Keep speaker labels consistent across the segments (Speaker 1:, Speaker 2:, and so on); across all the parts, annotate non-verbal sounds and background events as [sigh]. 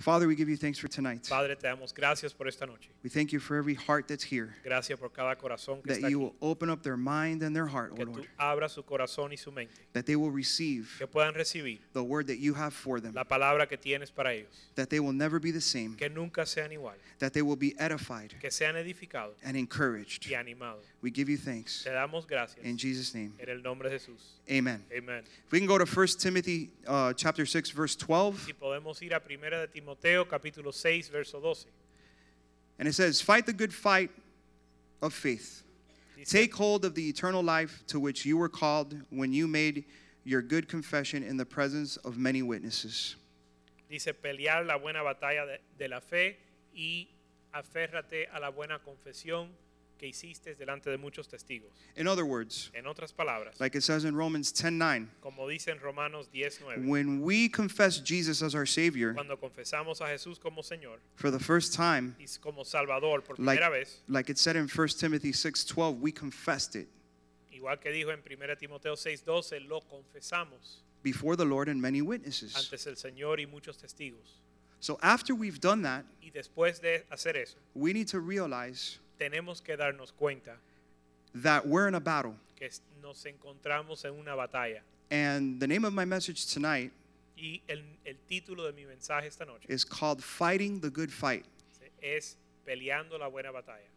Speaker 1: Father, we give you thanks for tonight.
Speaker 2: Padre, te damos gracias por esta noche.
Speaker 1: We thank you for every heart that's here,
Speaker 2: Gracias por cada corazón que
Speaker 1: that
Speaker 2: está
Speaker 1: you
Speaker 2: aquí.
Speaker 1: will open up their mind and their heart, O
Speaker 2: Que tú
Speaker 1: Lord,
Speaker 2: abras su corazón y su mente.
Speaker 1: that they will receive
Speaker 2: Que puedan recibir
Speaker 1: the word that you have for them,
Speaker 2: la palabra que tienes para ellos.
Speaker 1: that they will never be the same,
Speaker 2: Que nunca sean iguales.
Speaker 1: that they will be edified
Speaker 2: Que sean edificados
Speaker 1: and encouraged.
Speaker 2: y animados.
Speaker 1: We give you thanks
Speaker 2: Te damos gracias.
Speaker 1: in Jesus' name.
Speaker 2: En el nombre de Jesús.
Speaker 1: Amen.
Speaker 2: Amén.
Speaker 1: If we can go to 1 Timothy uh, chapter 6, verse 12,
Speaker 2: Si podemos ir a Primera de Timoteo, capítulo 6, verso 12.
Speaker 1: and it says, Fight the good fight of faith.
Speaker 2: Dice,
Speaker 1: Take hold of the eternal life to which you were called when you made your good confession in the presence of many witnesses.
Speaker 2: dice, pelear la buena batalla de, de la fe y aférrate a la buena confesión que hiciste delante de muchos testigos.
Speaker 1: In other words,
Speaker 2: En otras palabras,
Speaker 1: like it says in Romans 10:9,
Speaker 2: como dice en Romanos 19,
Speaker 1: when we confess Jesus as our savior
Speaker 2: cuando confesamos a Jesús como Señor
Speaker 1: for the first time,
Speaker 2: y como Salvador por
Speaker 1: like,
Speaker 2: primera vez,
Speaker 1: like it said in 1 Timothy 6:12, we confessed it
Speaker 2: igual que dijo en 1 Timoteo 6:12, lo confesamos
Speaker 1: before the Lord and many witnesses.
Speaker 2: antes el Señor y muchos testigos.
Speaker 1: So after we've done that,
Speaker 2: Y después de hacer eso,
Speaker 1: we need to realize
Speaker 2: tenemos que darnos cuenta
Speaker 1: that we're in a battle.
Speaker 2: que es- nos encontramos en una batalla.
Speaker 1: And the name of my message tonight
Speaker 2: Y el, el título de mi mensaje esta noche
Speaker 1: is called Fighting the Good Fight.
Speaker 2: es Peleando la buena batalla.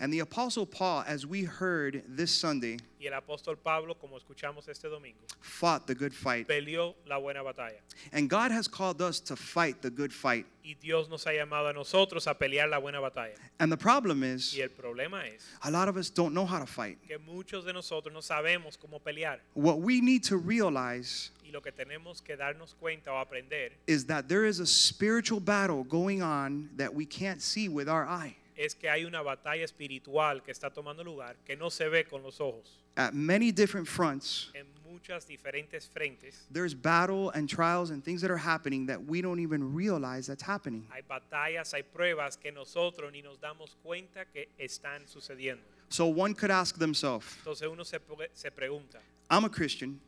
Speaker 1: And the Apostle Paul, as we heard this Sunday,
Speaker 2: Y el apóstol Pablo, como escuchamos este domingo,
Speaker 1: fought the good fight.
Speaker 2: peleó la buena batalla.
Speaker 1: And God has called us to fight the good fight.
Speaker 2: Y Dios nos ha llamado a nosotros a pelear la buena batalla.
Speaker 1: And the problem is,
Speaker 2: Y el problema es
Speaker 1: A lot of us don't know how to fight.
Speaker 2: que muchos de nosotros no sabemos cómo pelear
Speaker 1: What we need to realize
Speaker 2: y lo que tenemos que darnos cuenta o aprender
Speaker 1: is that there is a spiritual battle going on that we can't see with our eye.
Speaker 2: es que hay una batalla espiritual que está tomando lugar que no se ve con los ojos.
Speaker 1: At many different fronts,
Speaker 2: En muchas diferentes frentes
Speaker 1: there's battle and trials and things that are happening that we don't even realize that's happening.
Speaker 2: hay batallas, hay pruebas que nosotros ni nos damos cuenta que están sucediendo.
Speaker 1: So one could ask themselves,
Speaker 2: Entonces uno se, pre- se pregunta,
Speaker 1: I'm a Christian.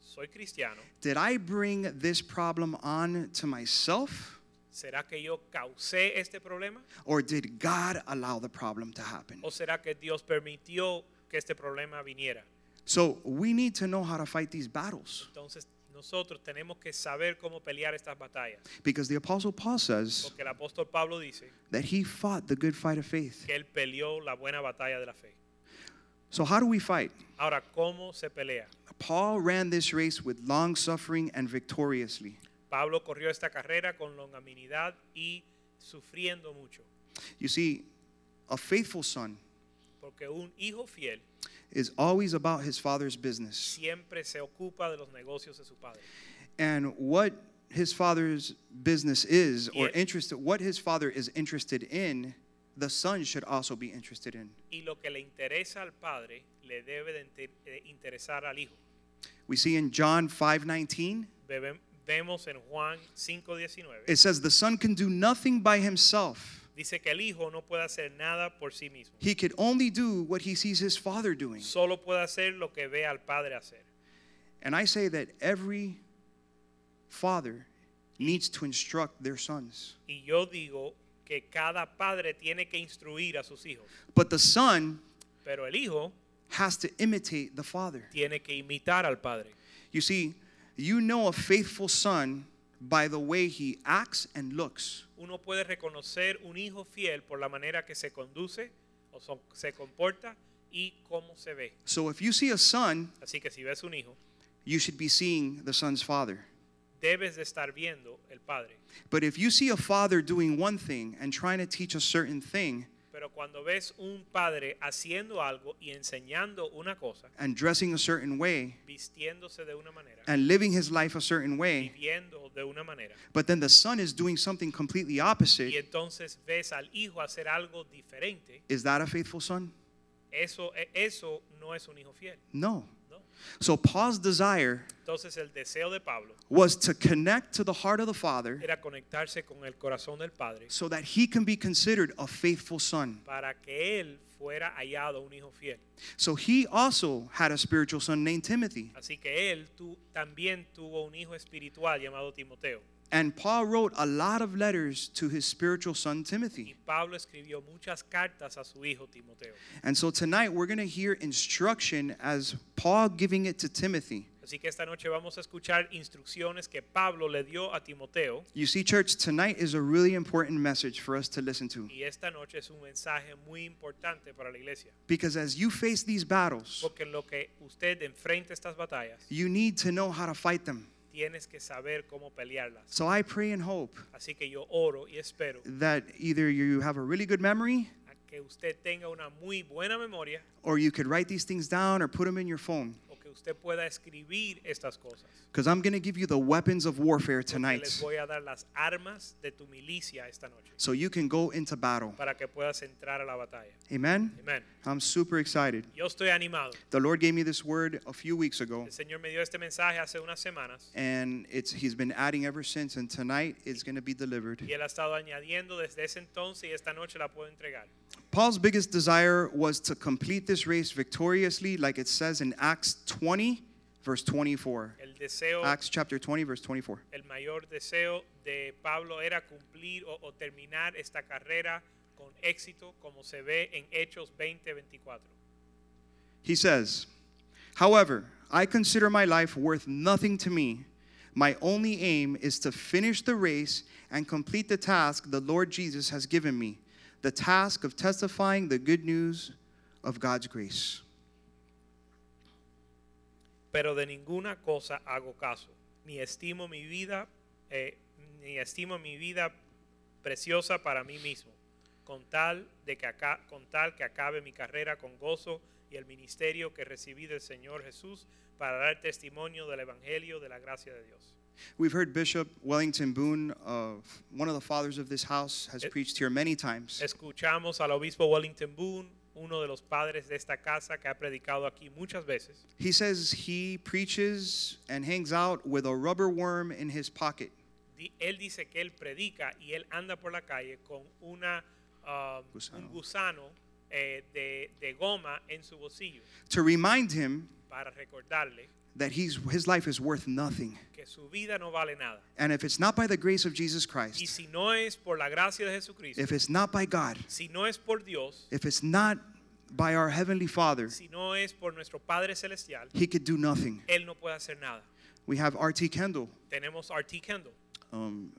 Speaker 2: ¿soy cristiano?
Speaker 1: Did I bring this problem on to myself
Speaker 2: ¿Será que yo causé este problema?
Speaker 1: or did God allow the problem to happen?
Speaker 2: ¿O será que Dios permitió que este problema viniera?
Speaker 1: So we need to know how to fight these battles
Speaker 2: Entonces nosotros tenemos que saber cómo pelear estas batallas.
Speaker 1: because the Apostle Paul says,
Speaker 2: Porque el apóstol Pablo dice
Speaker 1: that he fought the good fight of faith.
Speaker 2: que él peleó la buena batalla de la fe.
Speaker 1: So, how do we fight?
Speaker 2: Ahora, ¿cómo se pelea?
Speaker 1: Paul ran this race with long suffering and victoriously.
Speaker 2: Pablo corrió esta carrera con longanimidad y sufriendo mucho,
Speaker 1: You see, a faithful son
Speaker 2: porque un hijo fiel
Speaker 1: is always about his father's business.
Speaker 2: siempre se ocupa de los negocios de su padre.
Speaker 1: And what his father's business is or
Speaker 2: Yeah.
Speaker 1: interested what his father is interested in, the son should also be interested in.
Speaker 2: Y lo que le interesa al padre le debe de inter- de interesar al hijo.
Speaker 1: We see in John 5:19,
Speaker 2: Bebe- Vemos en Juan 5:19,
Speaker 1: it says the son can do nothing by himself.
Speaker 2: dice que el hijo no puede hacer nada por sí mismo,
Speaker 1: He could only do what he sees his father doing.
Speaker 2: solo puede hacer lo que ve al padre hacer.
Speaker 1: And I say that every father needs to instruct their sons.
Speaker 2: Y yo digo que cada padre tiene que instruir a sus hijos,
Speaker 1: But the son
Speaker 2: pero el hijo
Speaker 1: has to imitate the father.
Speaker 2: tiene que imitar al padre.
Speaker 1: You see, you know a faithful son by the way he acts and looks.
Speaker 2: Uno puede reconocer un hijo fiel por la manera que se conduce o son- se comporta y cómo se ve.
Speaker 1: So if you see a son,
Speaker 2: Así que si ves un hijo,
Speaker 1: you should be seeing the son's father.
Speaker 2: debes de estar viendo el padre.
Speaker 1: But if you see a father doing one thing and trying to teach a certain thing
Speaker 2: Pero cuando ves un padre haciendo algo y enseñando una cosa,
Speaker 1: and dressing a certain way
Speaker 2: vistiéndose de una manera,
Speaker 1: and living his life a certain way,
Speaker 2: viviendo de una manera,
Speaker 1: but then the son is doing something completely opposite,
Speaker 2: y entonces ves al hijo hacer algo diferente,
Speaker 1: is that a faithful son?
Speaker 2: Eso, e- eso no es un hijo fiel.
Speaker 1: No.
Speaker 2: ¿no?
Speaker 1: So Paul's desire
Speaker 2: Entonces el deseo de Pablo
Speaker 1: was to connect to the heart of the Father
Speaker 2: era conectarse con el corazón del Padre
Speaker 1: so that he can be considered a faithful son.
Speaker 2: para que él fuera hallado un hijo fiel.
Speaker 1: So he also had a spiritual son named Timothy.
Speaker 2: Así que él tu- también tuvo un hijo espiritual llamado Timoteo.
Speaker 1: And Paul wrote a lot of letters to his spiritual son
Speaker 2: Y
Speaker 1: Timothy.
Speaker 2: Pablo escribió muchas cartas a su hijo Timoteo.
Speaker 1: And so tonight we're going to hear instruction as Paul giving it to Timothy.
Speaker 2: Así que esta noche vamos a escuchar instrucciones que Pablo le dio a Timoteo.
Speaker 1: You see, church, tonight is a really important message for us to listen to.
Speaker 2: Y esta noche es un mensaje muy importante para la iglesia.
Speaker 1: Because as you face these battles,
Speaker 2: Porque en lo que usted enfrenta estas batallas,
Speaker 1: you need to know how to fight them.
Speaker 2: tienes que saber cómo pelearlas.
Speaker 1: So I pray and hope
Speaker 2: Así que yo oro y espero
Speaker 1: that either you have a really good memory
Speaker 2: a que usted tenga una muy buena memoria
Speaker 1: or you could write these things down or put them in your phone.
Speaker 2: o que usted pueda escribir estas cosas.
Speaker 1: Because I'm going to give you the weapons of warfare
Speaker 2: Porque les
Speaker 1: tonight
Speaker 2: voy a dar las armas de tu milicia esta noche
Speaker 1: so you can go into battle.
Speaker 2: para que puedas entrar a la batalla.
Speaker 1: Amen?
Speaker 2: Amén.
Speaker 1: I'm super excited.
Speaker 2: Yo estoy animado.
Speaker 1: The Lord gave me this word a few weeks ago,
Speaker 2: El Señor me dio este mensaje hace unas semanas
Speaker 1: and it's, He's been adding ever since, and tonight it's going to be
Speaker 2: y
Speaker 1: delivered.
Speaker 2: Él ha estado añadiendo desde ese entonces y esta noche la puedo entregar.
Speaker 1: Paul's biggest desire was to complete this race victoriously, like it says in Acts 20, verse 24.
Speaker 2: El deseo,
Speaker 1: Acts chapter 20, verse 24.
Speaker 2: el mayor deseo de Pablo era cumplir o, o terminar esta carrera con éxito como se ve en Hechos 20-24.
Speaker 1: He says, However, I consider my life worth nothing to me. My only aim is to finish the race and complete the task the Lord Jesus has given me the task of testifying the good news of God's grace.
Speaker 2: Pero de ninguna cosa hago caso, ni estimo mi vida, eh, ni estimo mi vida preciosa para mí mismo, con tal, de que aca- con tal que acabe mi carrera con gozo y el ministerio que recibí del Señor Jesús para dar testimonio del Evangelio de la gracia de Dios.
Speaker 1: We've heard Bishop Wellington Boone, uh, one of the fathers of this house, has
Speaker 2: Eh.
Speaker 1: preached here many times.
Speaker 2: Escuchamos al obispo Wellington Boone, uno de los padres de esta casa que ha predicado aquí muchas veces.
Speaker 1: He says he preaches and hangs out with a rubber worm in his pocket.
Speaker 2: Di- Él dice que él predica y él anda por la calle con una, ah,
Speaker 1: Gusano.
Speaker 2: un gusano eh, de, de goma en su bolsillo
Speaker 1: to remind him
Speaker 2: para recordarle
Speaker 1: that he's, his life is worth nothing.
Speaker 2: que su vida no vale nada.
Speaker 1: And if it's not by the grace of Jesus
Speaker 2: Y
Speaker 1: Christ,
Speaker 2: si no es por la gracia de Jesucristo,
Speaker 1: if it's not by God,
Speaker 2: si no es por Dios,
Speaker 1: if it's not by our Heavenly Father,
Speaker 2: si no es por nuestro Padre Celestial,
Speaker 1: he could do nothing.
Speaker 2: Él no puede hacer nada.
Speaker 1: We have R.T. Kendall,
Speaker 2: Tenemos R.T. Kendall,
Speaker 1: um,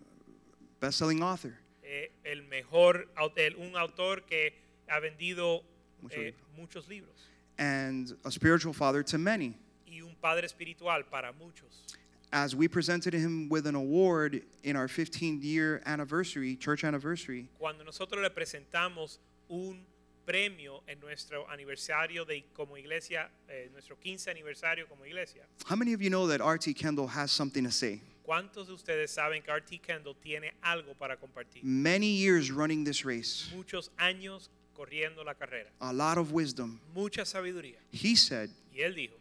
Speaker 1: best-selling author.
Speaker 2: eh, el mejor, au- el- un autor que ha vendido
Speaker 1: Mucho
Speaker 2: eh,
Speaker 1: libro.
Speaker 2: muchos libros
Speaker 1: And a spiritual father to many.
Speaker 2: y un padre espiritual para muchos.
Speaker 1: As we presented him with an award in our 15-year anniversary, church anniversary,
Speaker 2: cuando nosotros le presentamos un premio en nuestro aniversario de como iglesia, eh, nuestro 15 aniversario como iglesia.
Speaker 1: how many of you know that R.T. Kendall has something to say?
Speaker 2: ¿Cuántos de ustedes saben que R.T. Kendall tiene algo para compartir?
Speaker 1: Many years running this race,
Speaker 2: Muchos años corriendo la carrera,
Speaker 1: a lot of wisdom.
Speaker 2: mucha sabiduría.
Speaker 1: He said,
Speaker 2: Y él dijo,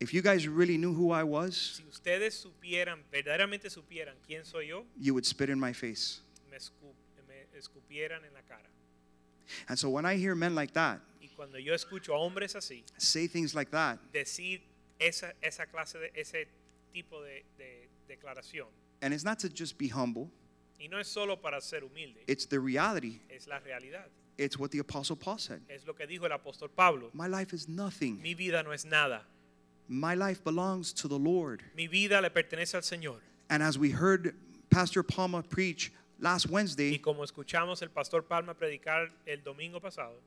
Speaker 1: If you guys really knew who I was,
Speaker 2: si ustedes supieran, verdaderamente supieran quién soy yo,
Speaker 1: you would spit in my face.
Speaker 2: me, escu- me escupieran en la cara.
Speaker 1: And so when I hear men like that
Speaker 2: Y cuando yo escucho a hombres así
Speaker 1: say things like that,
Speaker 2: decir esa, esa clase de ese tipo de- de declaración,
Speaker 1: and it's not to just be humble,
Speaker 2: Y no es solo para ser humilde,
Speaker 1: it's the reality.
Speaker 2: es la realidad.
Speaker 1: It's what the Apostle Paul said.
Speaker 2: Es lo que dijo el apóstol Pablo.
Speaker 1: My life is nothing.
Speaker 2: Mi vida no es nada.
Speaker 1: My life belongs to the Lord.
Speaker 2: Mi vida le pertenece al Señor.
Speaker 1: And as we heard Pastor Palma preach last
Speaker 2: Y
Speaker 1: Wednesday,
Speaker 2: como escuchamos el pastor Palma predicar el domingo pasado,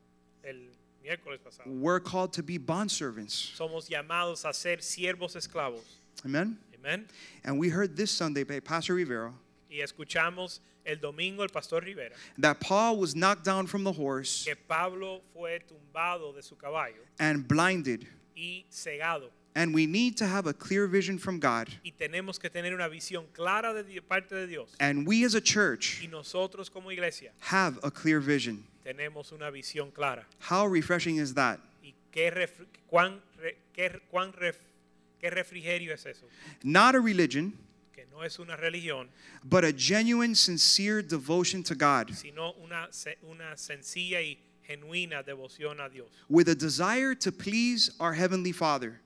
Speaker 2: el miércoles pasado,
Speaker 1: we're called to be bondservants.
Speaker 2: somos llamados a ser siervos esclavos.
Speaker 1: Amen?
Speaker 2: Amén.
Speaker 1: And we heard this Sunday by Pastor Rivera
Speaker 2: Y escuchamos el domingo el pastor Rivera
Speaker 1: that Paul was knocked down from the horse
Speaker 2: que Pablo fue tumbado de su caballo
Speaker 1: and blinded.
Speaker 2: y cegado.
Speaker 1: And we need to have a clear vision from God.
Speaker 2: Y tenemos que tener una visión
Speaker 1: Ah.
Speaker 2: clara de di- parte de Dios.
Speaker 1: And we as a
Speaker 2: Y
Speaker 1: church
Speaker 2: nosotros como iglesia
Speaker 1: have a clear vision.
Speaker 2: tenemos una visión clara.
Speaker 1: How refreshing is that?
Speaker 2: ¿Y qué, ref- cuán, re- qué, cuán ref- qué refrigerio es eso?
Speaker 1: Not a religion,
Speaker 2: Que no es una religión,
Speaker 1: but a genuine, sincere devotion to God
Speaker 2: sino una, se- una sencilla y genuina devoción a Dios,
Speaker 1: with a desire to please our Heavenly Father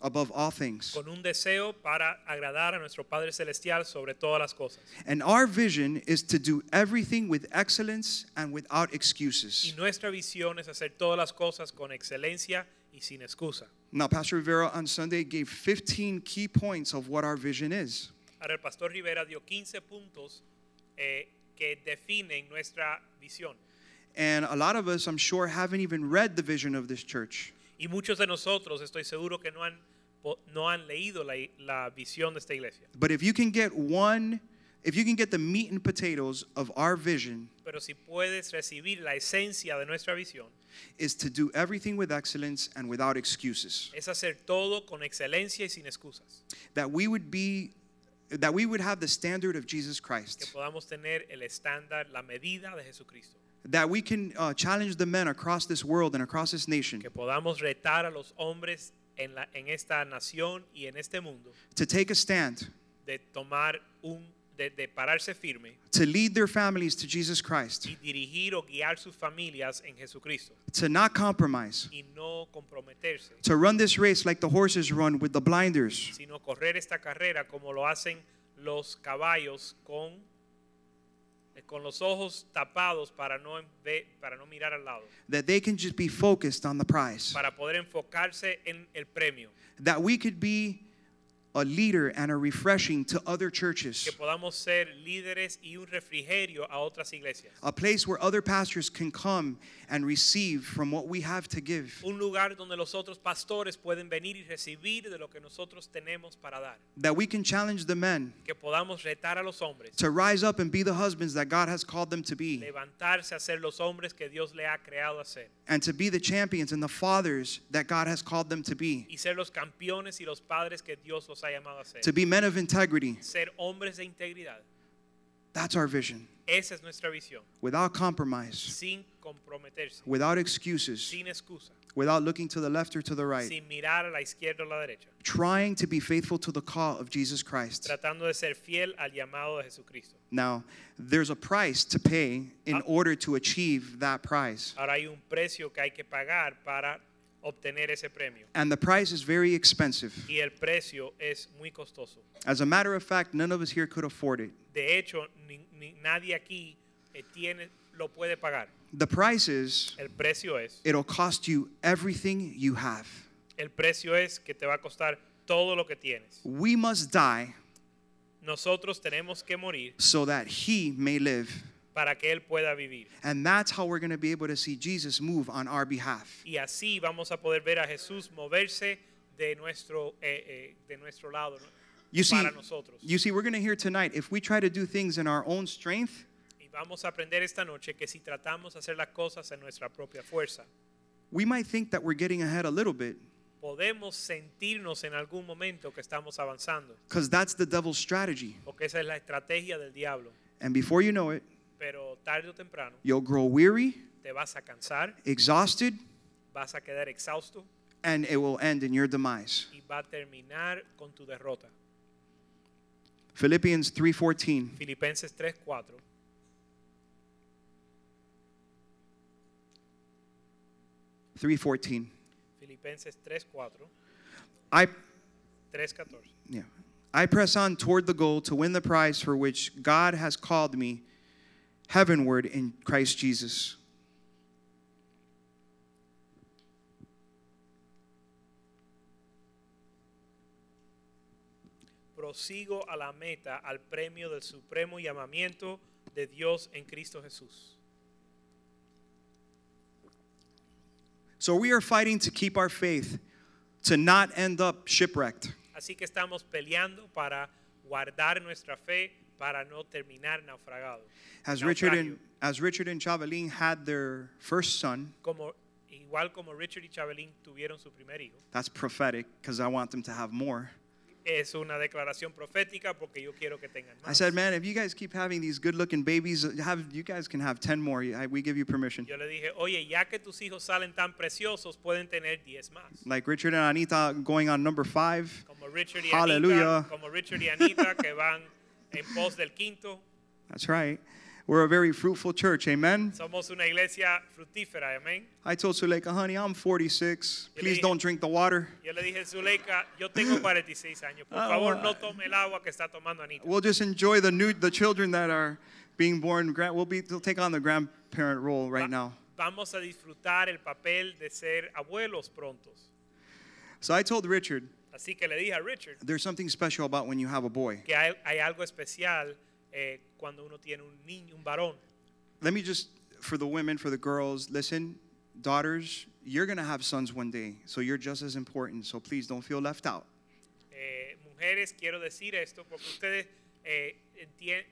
Speaker 1: above all things.
Speaker 2: con un deseo para agradar a nuestro Padre Celestial sobre todas las cosas.
Speaker 1: And our vision is to do everything with excellence and without
Speaker 2: Y
Speaker 1: excuses.
Speaker 2: nuestra visión es hacer todas las cosas con excelencia y sin excusa.
Speaker 1: Now, Pastor Rivera on Sunday gave 15 key points of what our vision is.
Speaker 2: Ahora el pastor Rivera dio 15 puntos eh, que definen nuestra visión.
Speaker 1: And a lot of us, I'm sure, haven't even read the vision of this church.
Speaker 2: Y muchos de nosotros estoy seguro que no han, po- no han leído la, la visión de esta iglesia.
Speaker 1: But if you can get one, if you can get the meat and potatoes of our vision,
Speaker 2: Pero si puedes recibir la esencia de nuestra visión,
Speaker 1: is to do everything with excellence and without excuses.
Speaker 2: es hacer todo con excelencia y sin excusas.
Speaker 1: That we would be, that we would have the standard of Jesus
Speaker 2: Que
Speaker 1: Christ.
Speaker 2: podamos tener el estándar, la medida de Jesucristo.
Speaker 1: That we can uh, challenge the men across this world and across this nation
Speaker 2: Que podamos retar a los hombres en, la, en esta nación y en este mundo
Speaker 1: to take a stand,
Speaker 2: de tomar un, de- de pararse firme
Speaker 1: to lead their families to Jesus Christ,
Speaker 2: y dirigir o guiar sus familias en Jesucristo
Speaker 1: to not compromise,
Speaker 2: y no comprometerse,
Speaker 1: to run this race like the horses run with the blinders,
Speaker 2: sino correr esta carrera como lo hacen los caballos con, eh, con los ojos tapados para no, en- ve- para no mirar al lado,
Speaker 1: that they can just be focused on the prize.
Speaker 2: para poder enfocarse en el premio,
Speaker 1: that we could be a leader and a refreshing to other churches,
Speaker 2: que podamos ser líderes y un refrigerio a otras iglesias,
Speaker 1: a place where other pastors can come and receive from what we have to give,
Speaker 2: un lugar donde los otros pastores pueden venir y recibir de lo que nosotros tenemos para dar,
Speaker 1: that we can challenge the men
Speaker 2: que podamos retar a los hombres
Speaker 1: to rise up and be the husbands that God has called them to be,
Speaker 2: levantarse a ser los hombres que Dios le ha creado a ser
Speaker 1: and to be the champions and the fathers that God has called them to be,
Speaker 2: y ser los campeones y los padres que Dios los ha llamado a ser.
Speaker 1: to be men of integrity.
Speaker 2: Ser hombres de integridad.
Speaker 1: That's our vision,
Speaker 2: Esa es nuestra visión,
Speaker 1: without compromise,
Speaker 2: sin comprometerse,
Speaker 1: without excuses,
Speaker 2: sin excusa,
Speaker 1: without looking to the left or to the right,
Speaker 2: sin mirar a la izquierda o a la derecha,
Speaker 1: trying to be faithful to the call of Jesus Christ.
Speaker 2: tratando de ser fiel al llamado de Jesucristo.
Speaker 1: Now, there's a price to pay in
Speaker 2: Ah.
Speaker 1: order to achieve that prize.
Speaker 2: Ahora hay un precio que hay que pagar para obtener ese premio
Speaker 1: And the price is very expensive.
Speaker 2: y el precio es muy costoso.
Speaker 1: As a matter of fact, none of us here could afford it.
Speaker 2: De hecho, ni- ni- nadie aquí eh, tiene, lo puede pagar.
Speaker 1: The price is
Speaker 2: El precio es
Speaker 1: it'll cost you everything you have.
Speaker 2: El precio es que te va a costar todo lo que tienes.
Speaker 1: We must die
Speaker 2: Nosotros tenemos que morir
Speaker 1: so that he may live.
Speaker 2: para que Él pueda vivir.
Speaker 1: And that's how we're going to be able to see Jesus move on our behalf.
Speaker 2: Y así vamos a poder ver a Jesús moverse de nuestro, eh, eh, de nuestro lado ¿no?
Speaker 1: You see,
Speaker 2: para nosotros.
Speaker 1: you see, we're going to hear tonight if we try to do things in our own strength,
Speaker 2: y vamos a aprender esta noche que si tratamos de hacer las cosas en nuestra propia fuerza,
Speaker 1: we might think that we're getting ahead a little bit
Speaker 2: podemos sentirnos en algún momento que estamos avanzando,
Speaker 1: because that's the devil's strategy.
Speaker 2: porque esa es la estrategia del diablo.
Speaker 1: And before you know it,
Speaker 2: Pero tarde o temprano
Speaker 1: You'll grow weary,
Speaker 2: te vas a cansar,
Speaker 1: exhausted,
Speaker 2: vas a quedar exhausto
Speaker 1: and it will end in your demise.
Speaker 2: y va a terminar con tu derrota.
Speaker 1: Philippians 3:14.
Speaker 2: Filipenses 3:4.
Speaker 1: Three fourteen.
Speaker 2: Filipenses 3:4,
Speaker 1: I
Speaker 2: 3:14.
Speaker 1: yeah. I press on toward the goal to win the prize for which God has called me heavenward in Christ Jesus.
Speaker 2: Prosigo a la meta, al premio del supremo llamamiento de Dios en Cristo Jesús.
Speaker 1: So we are fighting to keep our faith, to not end up shipwrecked.
Speaker 2: Así que estamos peleando para guardar nuestra fe para no terminar naufragado.
Speaker 1: As
Speaker 2: naufragio.
Speaker 1: Richard and as Richard and Javelin had their first son,
Speaker 2: como igual como Richard y Chabelín tuvieron su primer hijo,
Speaker 1: that's prophetic because I want them to have more.
Speaker 2: es una declaración profética porque yo quiero que tengan
Speaker 1: I
Speaker 2: más.
Speaker 1: said, man, if you guys keep having these good looking babies, uh, have, you guys can have 10 more. I, we give you permission.
Speaker 2: Yo le dije, oye, ya que tus hijos salen tan preciosos, pueden tener 10 más.
Speaker 1: Like Richard and Anita going on number five.
Speaker 2: Como Richard y
Speaker 1: Hallelujah.
Speaker 2: Anita, como Richard y Anita que van en pos del quinto.
Speaker 1: That's right. We're a very fruitful church. Amen.
Speaker 2: Somos una iglesia fructífera, amén.
Speaker 1: I told Suleika, honey, I'm 46.
Speaker 2: Yo le
Speaker 1: Please
Speaker 2: dije-
Speaker 1: don't drink the water.
Speaker 2: Yo le dije, Zuleika, yo tengo 46 años. Por
Speaker 1: Ah,
Speaker 2: favor,
Speaker 1: bueno.
Speaker 2: no tome el agua que está tomando Anita.
Speaker 1: We'll just enjoy the new the children that are being born. Gra- We'll be we'll take on the grandparent role right now.
Speaker 2: Vamos a disfrutar el papel de ser abuelos prontos.
Speaker 1: So I told Richard,
Speaker 2: Así que le dije a Richard
Speaker 1: there's something special about when you have a boy.
Speaker 2: que hay, hay algo especial eh, cuando uno tiene un niño, un varón.
Speaker 1: Let me just for the women, for the girls, listen, daughters, you're gonna have sons one day, so you're just as important. So please don't feel left out.
Speaker 2: Eh, mujeres, quiero decir esto porque ustedes eh, entie-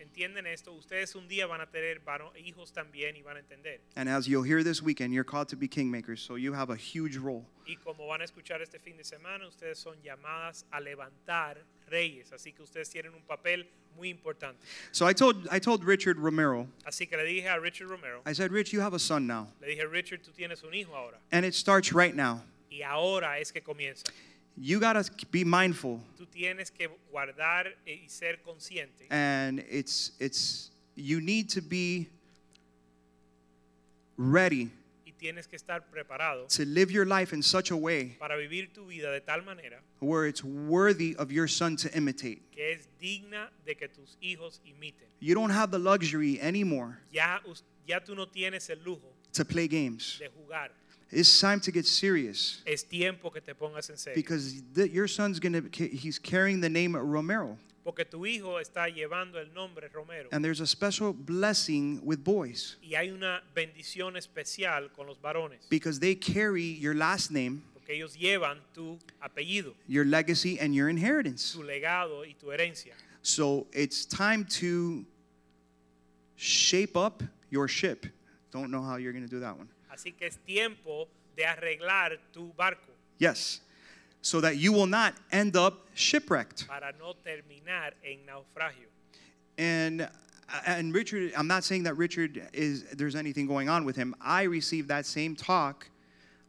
Speaker 2: entienden esto. Ustedes un día van a tener varo- hijos también y van a entender.
Speaker 1: And as you'll hear this weekend, you're called to be kingmakers, so you have a huge role.
Speaker 2: Y como van a escuchar este fin de semana, ustedes son llamadas a levantar reyes. Así que ustedes tienen un papel muy importante.
Speaker 1: So I told I told Richard Romero,
Speaker 2: Así que le dije a Richard Romero,
Speaker 1: I said, Rich, you have a son now.
Speaker 2: le dije, Richard, tú tienes un hijo ahora.
Speaker 1: And it starts right now.
Speaker 2: Y ahora es que comienza.
Speaker 1: You gotta be mindful
Speaker 2: Tú tienes que guardar eh, y ser consciente.
Speaker 1: and it's it's you need to be ready
Speaker 2: Y tienes que estar preparado
Speaker 1: to live your life in such a way
Speaker 2: para vivir tu vida de tal manera
Speaker 1: where it's worthy of your son to imitate.
Speaker 2: que es digna de que tus hijos imiten.
Speaker 1: You don't have the luxury anymore
Speaker 2: Ya, us- ya tú no tienes el lujo
Speaker 1: to play games.
Speaker 2: de jugar.
Speaker 1: It's time to get serious
Speaker 2: Es tiempo que te pongas en serio.
Speaker 1: because th- your son's gonna ca- he's carrying the name Romero,
Speaker 2: Porque tu hijo está llevando el nombre Romero.
Speaker 1: and there's a special blessing with boys
Speaker 2: Y hay una bendición especial con los varones.
Speaker 1: because they carry your last name,
Speaker 2: Porque ellos llevan tu apellido,
Speaker 1: your legacy, and your inheritance.
Speaker 2: tu legado y tu herencia.
Speaker 1: So it's time to shape up your ship. Don't know how you're going to do that one.
Speaker 2: Así que es tiempo de arreglar tu barco
Speaker 1: Yes. So that you will not end up shipwrecked.
Speaker 2: para no terminar en naufragio.
Speaker 1: And and Richard, I'm not saying that Richard is there's anything going on with him. I received that same talk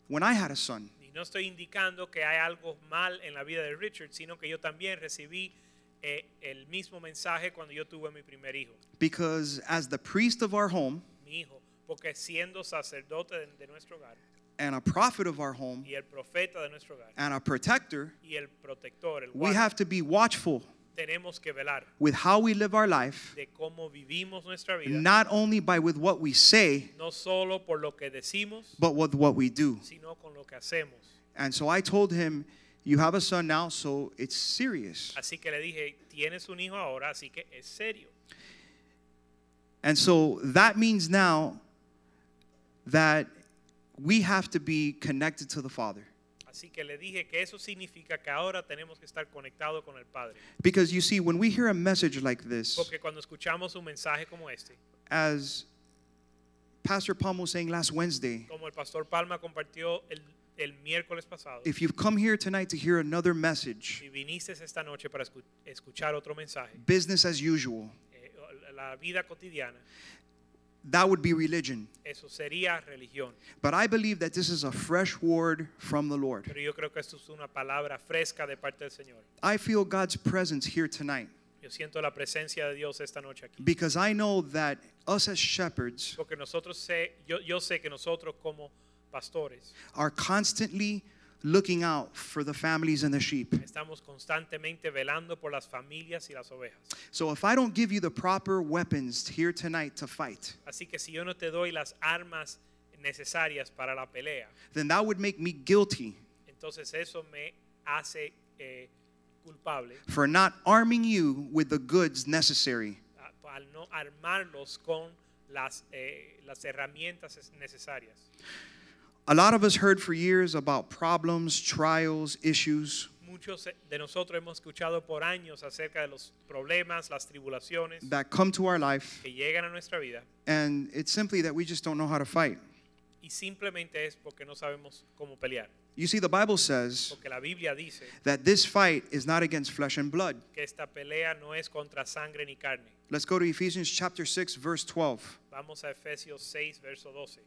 Speaker 1: when I had a son.
Speaker 2: Y no estoy indicando que hay algo mal en la vida de Richard, sino que yo también recibí eh, el mismo mensaje cuando yo tuve mi primer hijo,
Speaker 1: Because as the priest of our home
Speaker 2: mi hijo, porque siendo sacerdote de, de nuestro hogar
Speaker 1: and a prophet of our home
Speaker 2: y el profeta de nuestro hogar
Speaker 1: and a protector,
Speaker 2: y el protector, el
Speaker 1: Ah. we
Speaker 2: guardia,
Speaker 1: have to be watchful
Speaker 2: tenemos que velar
Speaker 1: with how we live our life,
Speaker 2: de cómo vivimos nuestra vida,
Speaker 1: not only by with what we say,
Speaker 2: no solo por lo que decimos,
Speaker 1: but with what we do.
Speaker 2: sino con lo que hacemos.
Speaker 1: And so I told him, You have a son now, so it's serious.
Speaker 2: Así que le dije, tienes un hijo ahora, así que es serio.
Speaker 1: And so that means now that we have to be connected to the Father.
Speaker 2: Así que le dije que eso significa que ahora tenemos que estar conectados con el Padre.
Speaker 1: Because you see, when we hear a message like this,
Speaker 2: Porque cuando escuchamos un mensaje como este,
Speaker 1: as Pastor Palm was saying last Wednesday,
Speaker 2: como el pastor Palma compartió el, el miércoles pasado,
Speaker 1: if you've come here tonight to hear another message,
Speaker 2: si viniste esta noche para escu- escuchar otro mensaje,
Speaker 1: business as usual,
Speaker 2: eh, la vida cotidiana,
Speaker 1: that would be religion.
Speaker 2: eso sería religión.
Speaker 1: But I believe that this is a fresh word from the Lord.
Speaker 2: Pero yo creo que esto es una palabra fresca de parte del Señor.
Speaker 1: I feel God's presence here tonight.
Speaker 2: Yo siento la presencia de Dios esta noche aquí.
Speaker 1: Because I know that us as shepherds
Speaker 2: Porque nosotros sé, yo, yo sé que nosotros como pastores
Speaker 1: are constantly looking out for the families and the sheep.
Speaker 2: estamos constantemente velando por las familias y las ovejas.
Speaker 1: So if I don't give you the proper weapons here tonight to fight,
Speaker 2: Así que si yo no te doy las armas necesarias para la pelea,
Speaker 1: then that would make me guilty
Speaker 2: Entonces eso me hace eh, culpable
Speaker 1: for not arming you with the goods necessary.
Speaker 2: a- ah, al no armarlos con las, eh, las herramientas es- necesarias.
Speaker 1: A lot of us heard for years about problems, trials, issues
Speaker 2: Muchos de nosotros hemos escuchado por años acerca de los problemas, las tribulaciones
Speaker 1: that come to our life,
Speaker 2: que llegan a nuestra vida
Speaker 1: and it's simply that we just don't know how to fight.
Speaker 2: y y simplemente es porque no sabemos cómo pelear.
Speaker 1: You see, the Bible says
Speaker 2: Porque la Biblia dice
Speaker 1: that this fight is not against flesh and blood.
Speaker 2: que esta pelea no es contra sangre ni carne.
Speaker 1: Let's go to Ephesians chapter 6, verse 12.
Speaker 2: Vamos a Efesios 6, verso 12.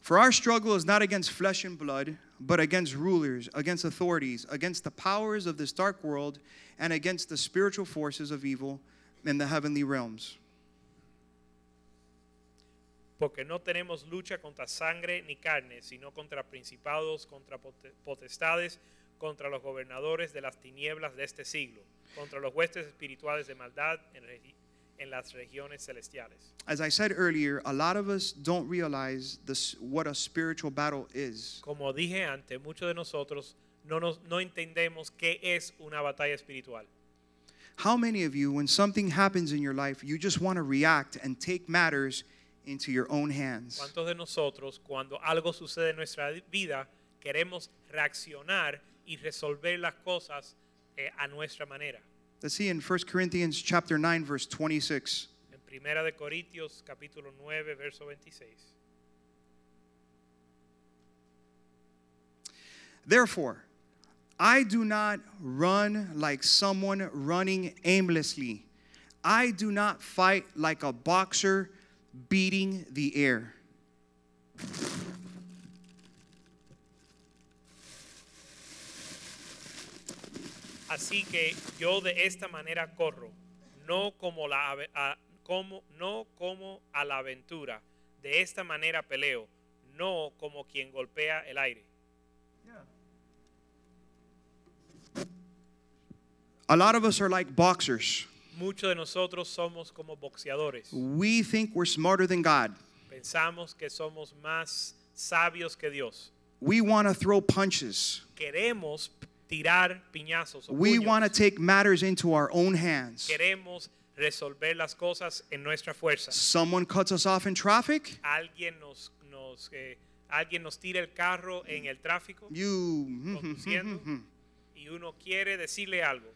Speaker 1: For our struggle is not against flesh and blood, but against rulers, against authorities, against the powers of this dark world, and against the spiritual forces of evil in the heavenly realms.
Speaker 2: Porque no tenemos lucha contra sangre ni carne, sino contra principados, contra pote- potestades, contra los gobernadores de las tinieblas de este siglo, contra los huestes espirituales de maldad en, regi- en las regiones celestiales.
Speaker 1: As I said earlier, a lot of us don't realize this, what a spiritual battle is.
Speaker 2: Como dije antes, muchos de nosotros no, nos, no entendemos qué es una batalla espiritual.
Speaker 1: How many of you, when something happens in your life, you just want to react and take matters into your own hands?
Speaker 2: ¿Cuántos de nosotros, cuando algo sucede en nuestra vida, queremos reaccionar y resolver las cosas eh, a nuestra manera?
Speaker 1: Let's see in 1 Corinthians chapter 9 verse 26.
Speaker 2: En Primera de Corintios, capítulo 9, verso 26.
Speaker 1: Therefore, I do not run like someone running aimlessly. I do not fight like a boxer beating the air.
Speaker 2: Así que yo de esta manera corro, no como, la, ave- a- como, no como a la aventura, de esta manera peleo, no como quien golpea el aire.
Speaker 1: A lot of us are like boxers.
Speaker 2: Muchos de nosotros somos como boxeadores.
Speaker 1: We think we're smarter than God.
Speaker 2: Pensamos que somos más sabios que Dios.
Speaker 1: We want to throw punches.
Speaker 2: Queremos p- tirar piñazos o
Speaker 1: We
Speaker 2: puños.
Speaker 1: want to take matters into our own hands.
Speaker 2: Queremos resolver las cosas en nuestra fuerza.
Speaker 1: Someone cuts us off in traffic,
Speaker 2: Alguien nos, nos, eh, alguien nos tira el carro en el tráfico
Speaker 1: [laughs] you mm-hmm,
Speaker 2: conduciendo y uno quiere decirle algo.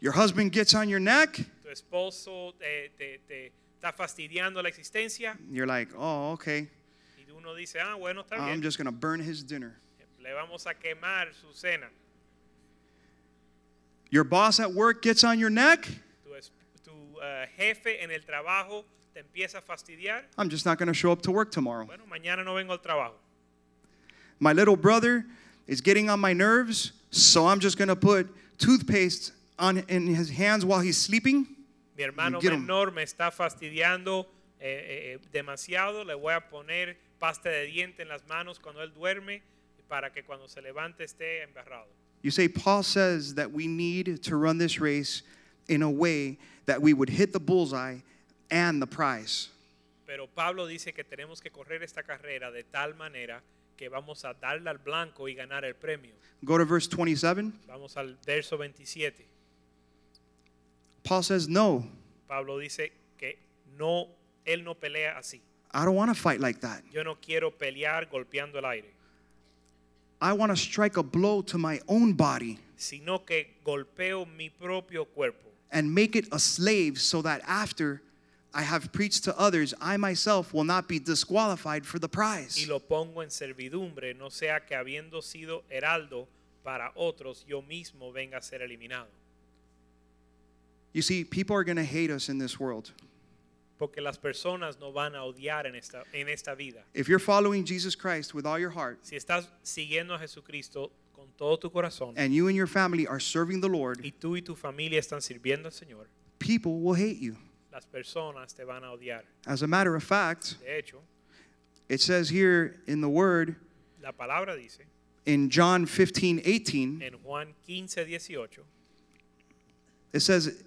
Speaker 1: your husband gets on your neck,
Speaker 2: Tu esposo te, te- te está fastidiando la existencia
Speaker 1: you're like, "Oh, okay.
Speaker 2: y uno dice, ah, bueno, está
Speaker 1: I'm
Speaker 2: bien,
Speaker 1: just going to burn his dinner."
Speaker 2: le vamos a quemar su cena.
Speaker 1: Your boss at work gets on your neck,
Speaker 2: Tu, es- tu, eh, jefe en el trabajo te empieza a fastidiar,
Speaker 1: I'm just not going to show up to work tomorrow.
Speaker 2: bueno, mañana no vengo al trabajo.
Speaker 1: My little brother is getting on my nerves, so I'm just going to put toothpaste on in his hands while he's sleeping.
Speaker 2: Mi hermano
Speaker 1: get 'em.
Speaker 2: menor me está fastidiando eh, eh, eh, demasiado. Le voy a poner pasta de diente en las manos cuando él duerme para que cuando se levante esté embarrado.
Speaker 1: You say Paul says that we need to run this race in a way that we would hit the bullseye and the prize.
Speaker 2: Pero Pablo dice que tenemos que correr esta carrera de tal manera que vamos a darle al blanco y ganar el premio.
Speaker 1: Go to verse 27.
Speaker 2: Vamos al verso 27.
Speaker 1: Paul says, "No,
Speaker 2: Pablo dice que no, él no pelea así.
Speaker 1: I don't want to fight like that.
Speaker 2: Yo no quiero pelear golpeando el aire,
Speaker 1: I want to strike a blow to my own body
Speaker 2: sino que golpeo mi propio cuerpo.
Speaker 1: and make it a slave so that after I have preached to others, I myself will not be disqualified for the
Speaker 2: y
Speaker 1: prize."
Speaker 2: lo pongo en servidumbre, no sea que habiendo sido heraldo para otros, yo mismo venga a ser eliminado.
Speaker 1: You see, people are going to hate us in this world.
Speaker 2: Porque las personas no van a odiar en esta, en esta vida.
Speaker 1: If you're following Jesus Christ with all your heart
Speaker 2: Si estás siguiendo a Jesucristo con todo tu corazón
Speaker 1: and you and your family are serving the Lord,
Speaker 2: y tú y tu familia están sirviendo al Señor,
Speaker 1: people will hate you.
Speaker 2: las personas te van a odiar.
Speaker 1: As a matter of fact,
Speaker 2: De hecho,
Speaker 1: it says here in the word
Speaker 2: la palabra dice
Speaker 1: in John 15, 18,
Speaker 2: en Juan 15, 18,
Speaker 1: It says,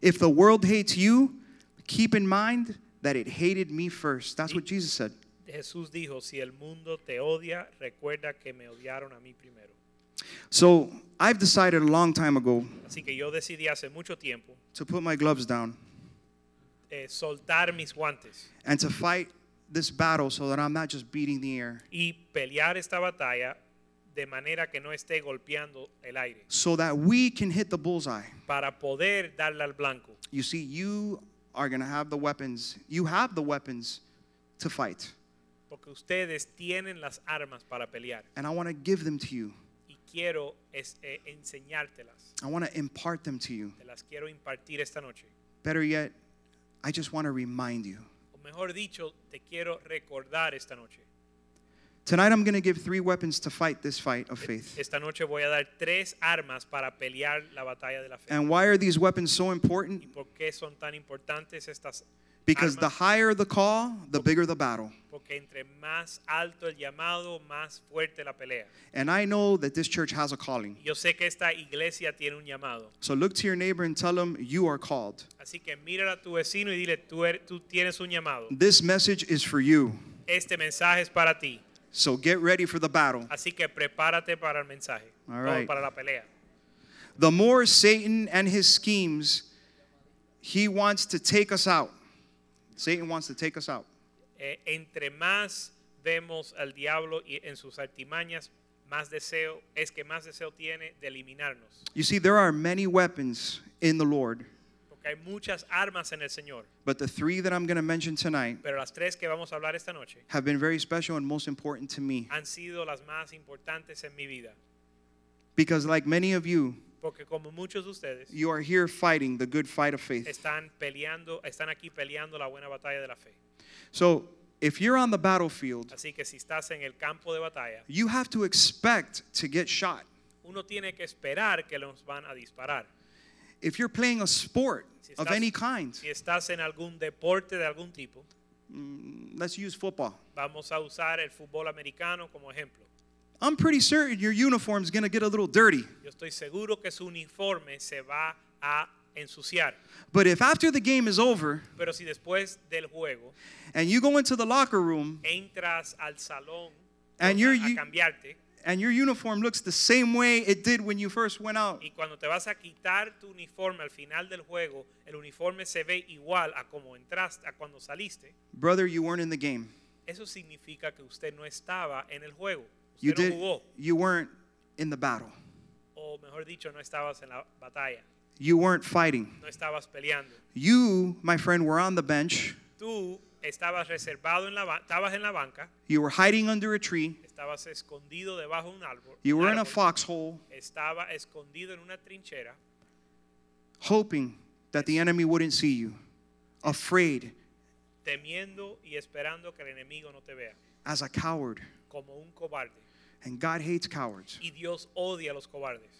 Speaker 1: If the world hates you, keep in mind that it hated me first. That's what Jesus said.
Speaker 2: Jesús dijo, si el mundo te odia, recuerda que me odiaron a mí primero.
Speaker 1: So I've decided a long time ago
Speaker 2: Así que yo decidí hace mucho tiempo
Speaker 1: to put my gloves down
Speaker 2: eh, soltar mis guantes.
Speaker 1: and to fight this battle so that I'm not just beating the air,
Speaker 2: y pelear esta batalla de manera que no esté golpeando el aire
Speaker 1: so that we can hit the bullseye.
Speaker 2: para poder darle al blanco.
Speaker 1: You see, you are going to have the weapons. You have the weapons to fight.
Speaker 2: porque ustedes tienen las armas para pelear
Speaker 1: And I want to give them to you.
Speaker 2: y quiero es- eh, enseñártelas.
Speaker 1: I want to impart them to you.
Speaker 2: Te las quiero impartir esta noche.
Speaker 1: Better yet, I just want to remind you.
Speaker 2: O mejor dicho, te quiero recordar esta noche.
Speaker 1: Tonight, I'm going to give three weapons to fight this fight of faith.
Speaker 2: Esta noche voy a dar tres armas para pelear la batalla de la fe.
Speaker 1: And why are these weapons so
Speaker 2: ¿Y
Speaker 1: important?
Speaker 2: por qué son tan importantes estas
Speaker 1: Because the
Speaker 2: armas?
Speaker 1: higher the call, the bigger the battle.
Speaker 2: Porque entre más alto el llamado, más fuerte la pelea.
Speaker 1: And I know that this church has a calling.
Speaker 2: Yo sé que esta iglesia tiene un llamado.
Speaker 1: So look to your neighbor and tell them you are called.
Speaker 2: Así que mira a tu vecino y dile, tú, eres- tú tienes un llamado.
Speaker 1: This message is for you.
Speaker 2: Este mensaje es para ti.
Speaker 1: So get ready for the battle.
Speaker 2: Así que prepárate para el mensaje,
Speaker 1: All
Speaker 2: no,
Speaker 1: right.
Speaker 2: para la pelea.
Speaker 1: The more Satan and his schemes, he wants to take us out. Satan wants to take us out.
Speaker 2: Eh, entre más vemos al diablo y en sus artimañas, más deseo es que más deseo tiene de eliminarnos,
Speaker 1: You see, there are many weapons in the Lord,
Speaker 2: porque hay muchas armas en el Señor.
Speaker 1: but the three that I'm going to mention tonight
Speaker 2: Pero las tres que vamos a hablar esta noche
Speaker 1: have been very special and most important to me.
Speaker 2: han sido las más importantes en mi vida,
Speaker 1: Because, like many of you,
Speaker 2: porque como muchos de ustedes
Speaker 1: you are here fighting the good fight of faith.
Speaker 2: están peleando, están aquí peleando la buena batalla de la fe.
Speaker 1: So, if you're on the battlefield,
Speaker 2: Así que si estás en el campo de batalla,
Speaker 1: you have to expect to get shot.
Speaker 2: uno tiene que esperar que los van a disparar.
Speaker 1: If you're playing a sport
Speaker 2: Si
Speaker 1: of
Speaker 2: estás-
Speaker 1: any kind,
Speaker 2: Si estás en algún deporte de algún tipo,
Speaker 1: let's use football.
Speaker 2: vamos a usar el fútbol americano como ejemplo.
Speaker 1: I'm pretty certain your uniform's gonna get a little dirty.
Speaker 2: Yo estoy seguro que su uniforme se va a ensuciar.
Speaker 1: But if after the game is over
Speaker 2: Pero si después del juego
Speaker 1: and you go into the locker room
Speaker 2: entras al salón
Speaker 1: And
Speaker 2: a-
Speaker 1: you're
Speaker 2: a
Speaker 1: you-
Speaker 2: cambiarte
Speaker 1: and your uniform looks the same way it did when you first went out,
Speaker 2: y cuando te vas a quitar tu uniforme al final del juego, el uniforme se ve igual a como entraste, a cuando saliste,
Speaker 1: brother, you weren't in the game.
Speaker 2: eso significa que usted no estaba en el juego. Usted
Speaker 1: You
Speaker 2: no
Speaker 1: did
Speaker 2: jugó,
Speaker 1: you weren't in the battle.
Speaker 2: o mejor dicho, no estabas en la batalla,
Speaker 1: You weren't fighting.
Speaker 2: no estabas peleando.
Speaker 1: You, my friend, were on the bench.
Speaker 2: Tú estabas reservado en la ba- estabas en la banca,
Speaker 1: You were hiding under a tree.
Speaker 2: estabas escondido debajo de un árbol.
Speaker 1: You were in a
Speaker 2: árbol.
Speaker 1: foxhole
Speaker 2: estaba escondido en una trinchera,
Speaker 1: hoping that the enemy wouldn't see you. Afraid
Speaker 2: temiendo y esperando que el enemigo no te vea,
Speaker 1: as a coward.
Speaker 2: como un cobarde.
Speaker 1: And God hates cowards.
Speaker 2: Y Dios odia a los cobardes.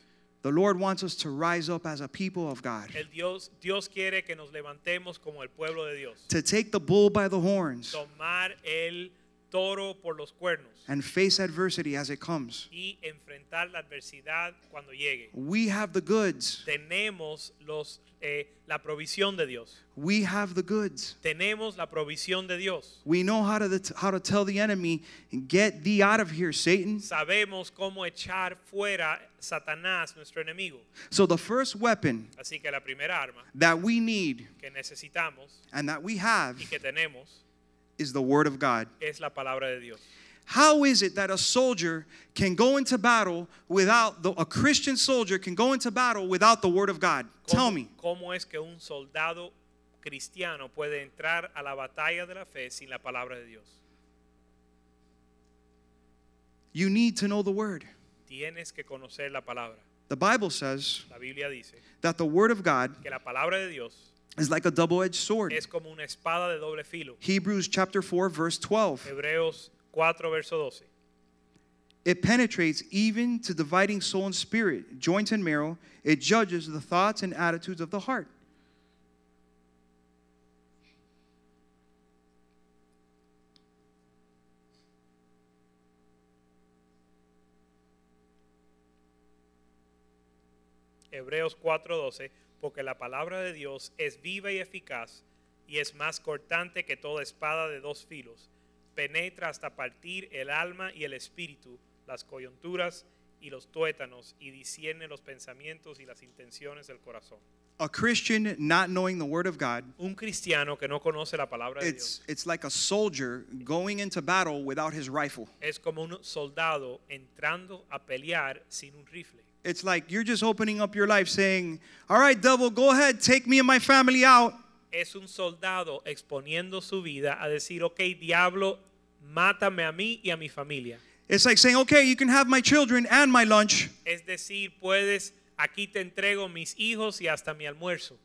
Speaker 1: The Lord wants us to rise up as a people of God,
Speaker 2: El Dios, Dios quiere que nos levantemos como el pueblo de Dios,
Speaker 1: to take the bull by the horns
Speaker 2: tomar el toro por los cuernos
Speaker 1: and face adversity as it comes.
Speaker 2: y enfrentar la adversidad cuando llegue.
Speaker 1: We have the goods.
Speaker 2: Tenemos los, eh, la provisión de Dios.
Speaker 1: We have the goods.
Speaker 2: Tenemos la provisión de Dios.
Speaker 1: We know how to, how to tell the enemy, get thee out of here, Satan.
Speaker 2: Sabemos cómo echar fuera Satanás, nuestro enemigo.
Speaker 1: So, the first weapon
Speaker 2: Así que la primera arma
Speaker 1: that we need
Speaker 2: que necesitamos
Speaker 1: and that we have
Speaker 2: y que tenemos
Speaker 1: is the Word of God.
Speaker 2: es la palabra de Dios.
Speaker 1: How is it that a soldier can go into battle without, the, a Christian soldier can go into battle without the Word of God? Tell me.
Speaker 2: ¿Cómo es que un soldado cristiano puede entrar a la batalla de la fe sin la palabra de Dios?
Speaker 1: You need to know the Word.
Speaker 2: Tienes que conocer la palabra.
Speaker 1: The Bible says
Speaker 2: La Biblia dice
Speaker 1: that the word of God
Speaker 2: que la palabra de Dios
Speaker 1: is like a double-edged sword.
Speaker 2: es como una espada de doble filo.
Speaker 1: Hebrews chapter 4 verse 12.
Speaker 2: Hebreos 4, verso 12.
Speaker 1: It penetrates even to dividing soul and spirit, joints and marrow. It judges the thoughts and attitudes of the heart.
Speaker 2: Hebreos 4:12, porque la palabra de Dios es viva y eficaz y es más cortante que toda espada de dos filos. Penetra hasta partir el alma y el espíritu, las coyunturas y los tuétanos y discierne los pensamientos y las intenciones del corazón.
Speaker 1: A Christian not knowing the word of God,
Speaker 2: Un cristiano que no conoce la palabra de
Speaker 1: it's
Speaker 2: Dios
Speaker 1: it's like a soldier going into battle without his rifle.
Speaker 2: es como un soldado entrando a pelear sin un rifle.
Speaker 1: It's like you're just opening up your life saying, "All right, devil, go ahead, take me and my family out."
Speaker 2: es un soldado exponiendo su vida a decir, ok, diablo, mátame a mí y a mi familia.
Speaker 1: It's like saying, okay, you can have my children and my lunch.
Speaker 2: Es decir, puedes, aquí te entrego mis hijos y hasta mi almuerzo.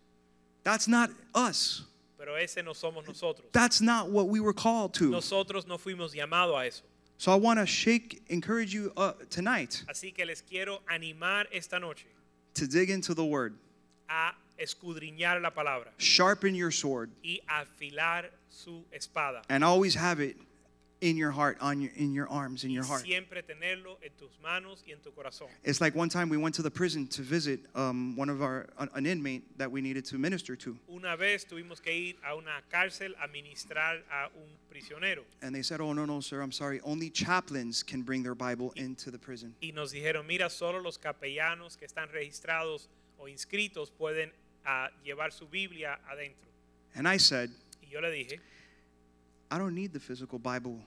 Speaker 1: That's not us.
Speaker 2: Pero ese no somos nosotros.
Speaker 1: That's not what we were called to.
Speaker 2: Nosotros no fuimos llamados a eso.
Speaker 1: So I want to shake, encourage you uh, tonight
Speaker 2: Así que les quiero animar esta noche
Speaker 1: to dig into the word,
Speaker 2: a escudriñar la palabra
Speaker 1: sharpen your sword,
Speaker 2: y afilar su espada.
Speaker 1: and always have it in your heart, on your, in your arms, in your
Speaker 2: Y
Speaker 1: heart.
Speaker 2: siempre tenerlo en tus manos y en tu corazón.
Speaker 1: It's like one time we went to the prison to visit um, one of our an- an inmate that we needed to minister to,
Speaker 2: Una vez tuvimos que ir a una cárcel a ministrar a un prisionero
Speaker 1: and they said, "Oh no, no, sir, I'm sorry. Only chaplains can bring their Bible into the prison."
Speaker 2: y nos dijeron, mira, solo los capellanos que están registrados o inscritos pueden ah, llevar su Biblia adentro.
Speaker 1: And I said,
Speaker 2: Y yo le dije,
Speaker 1: "I don't need the physical Bible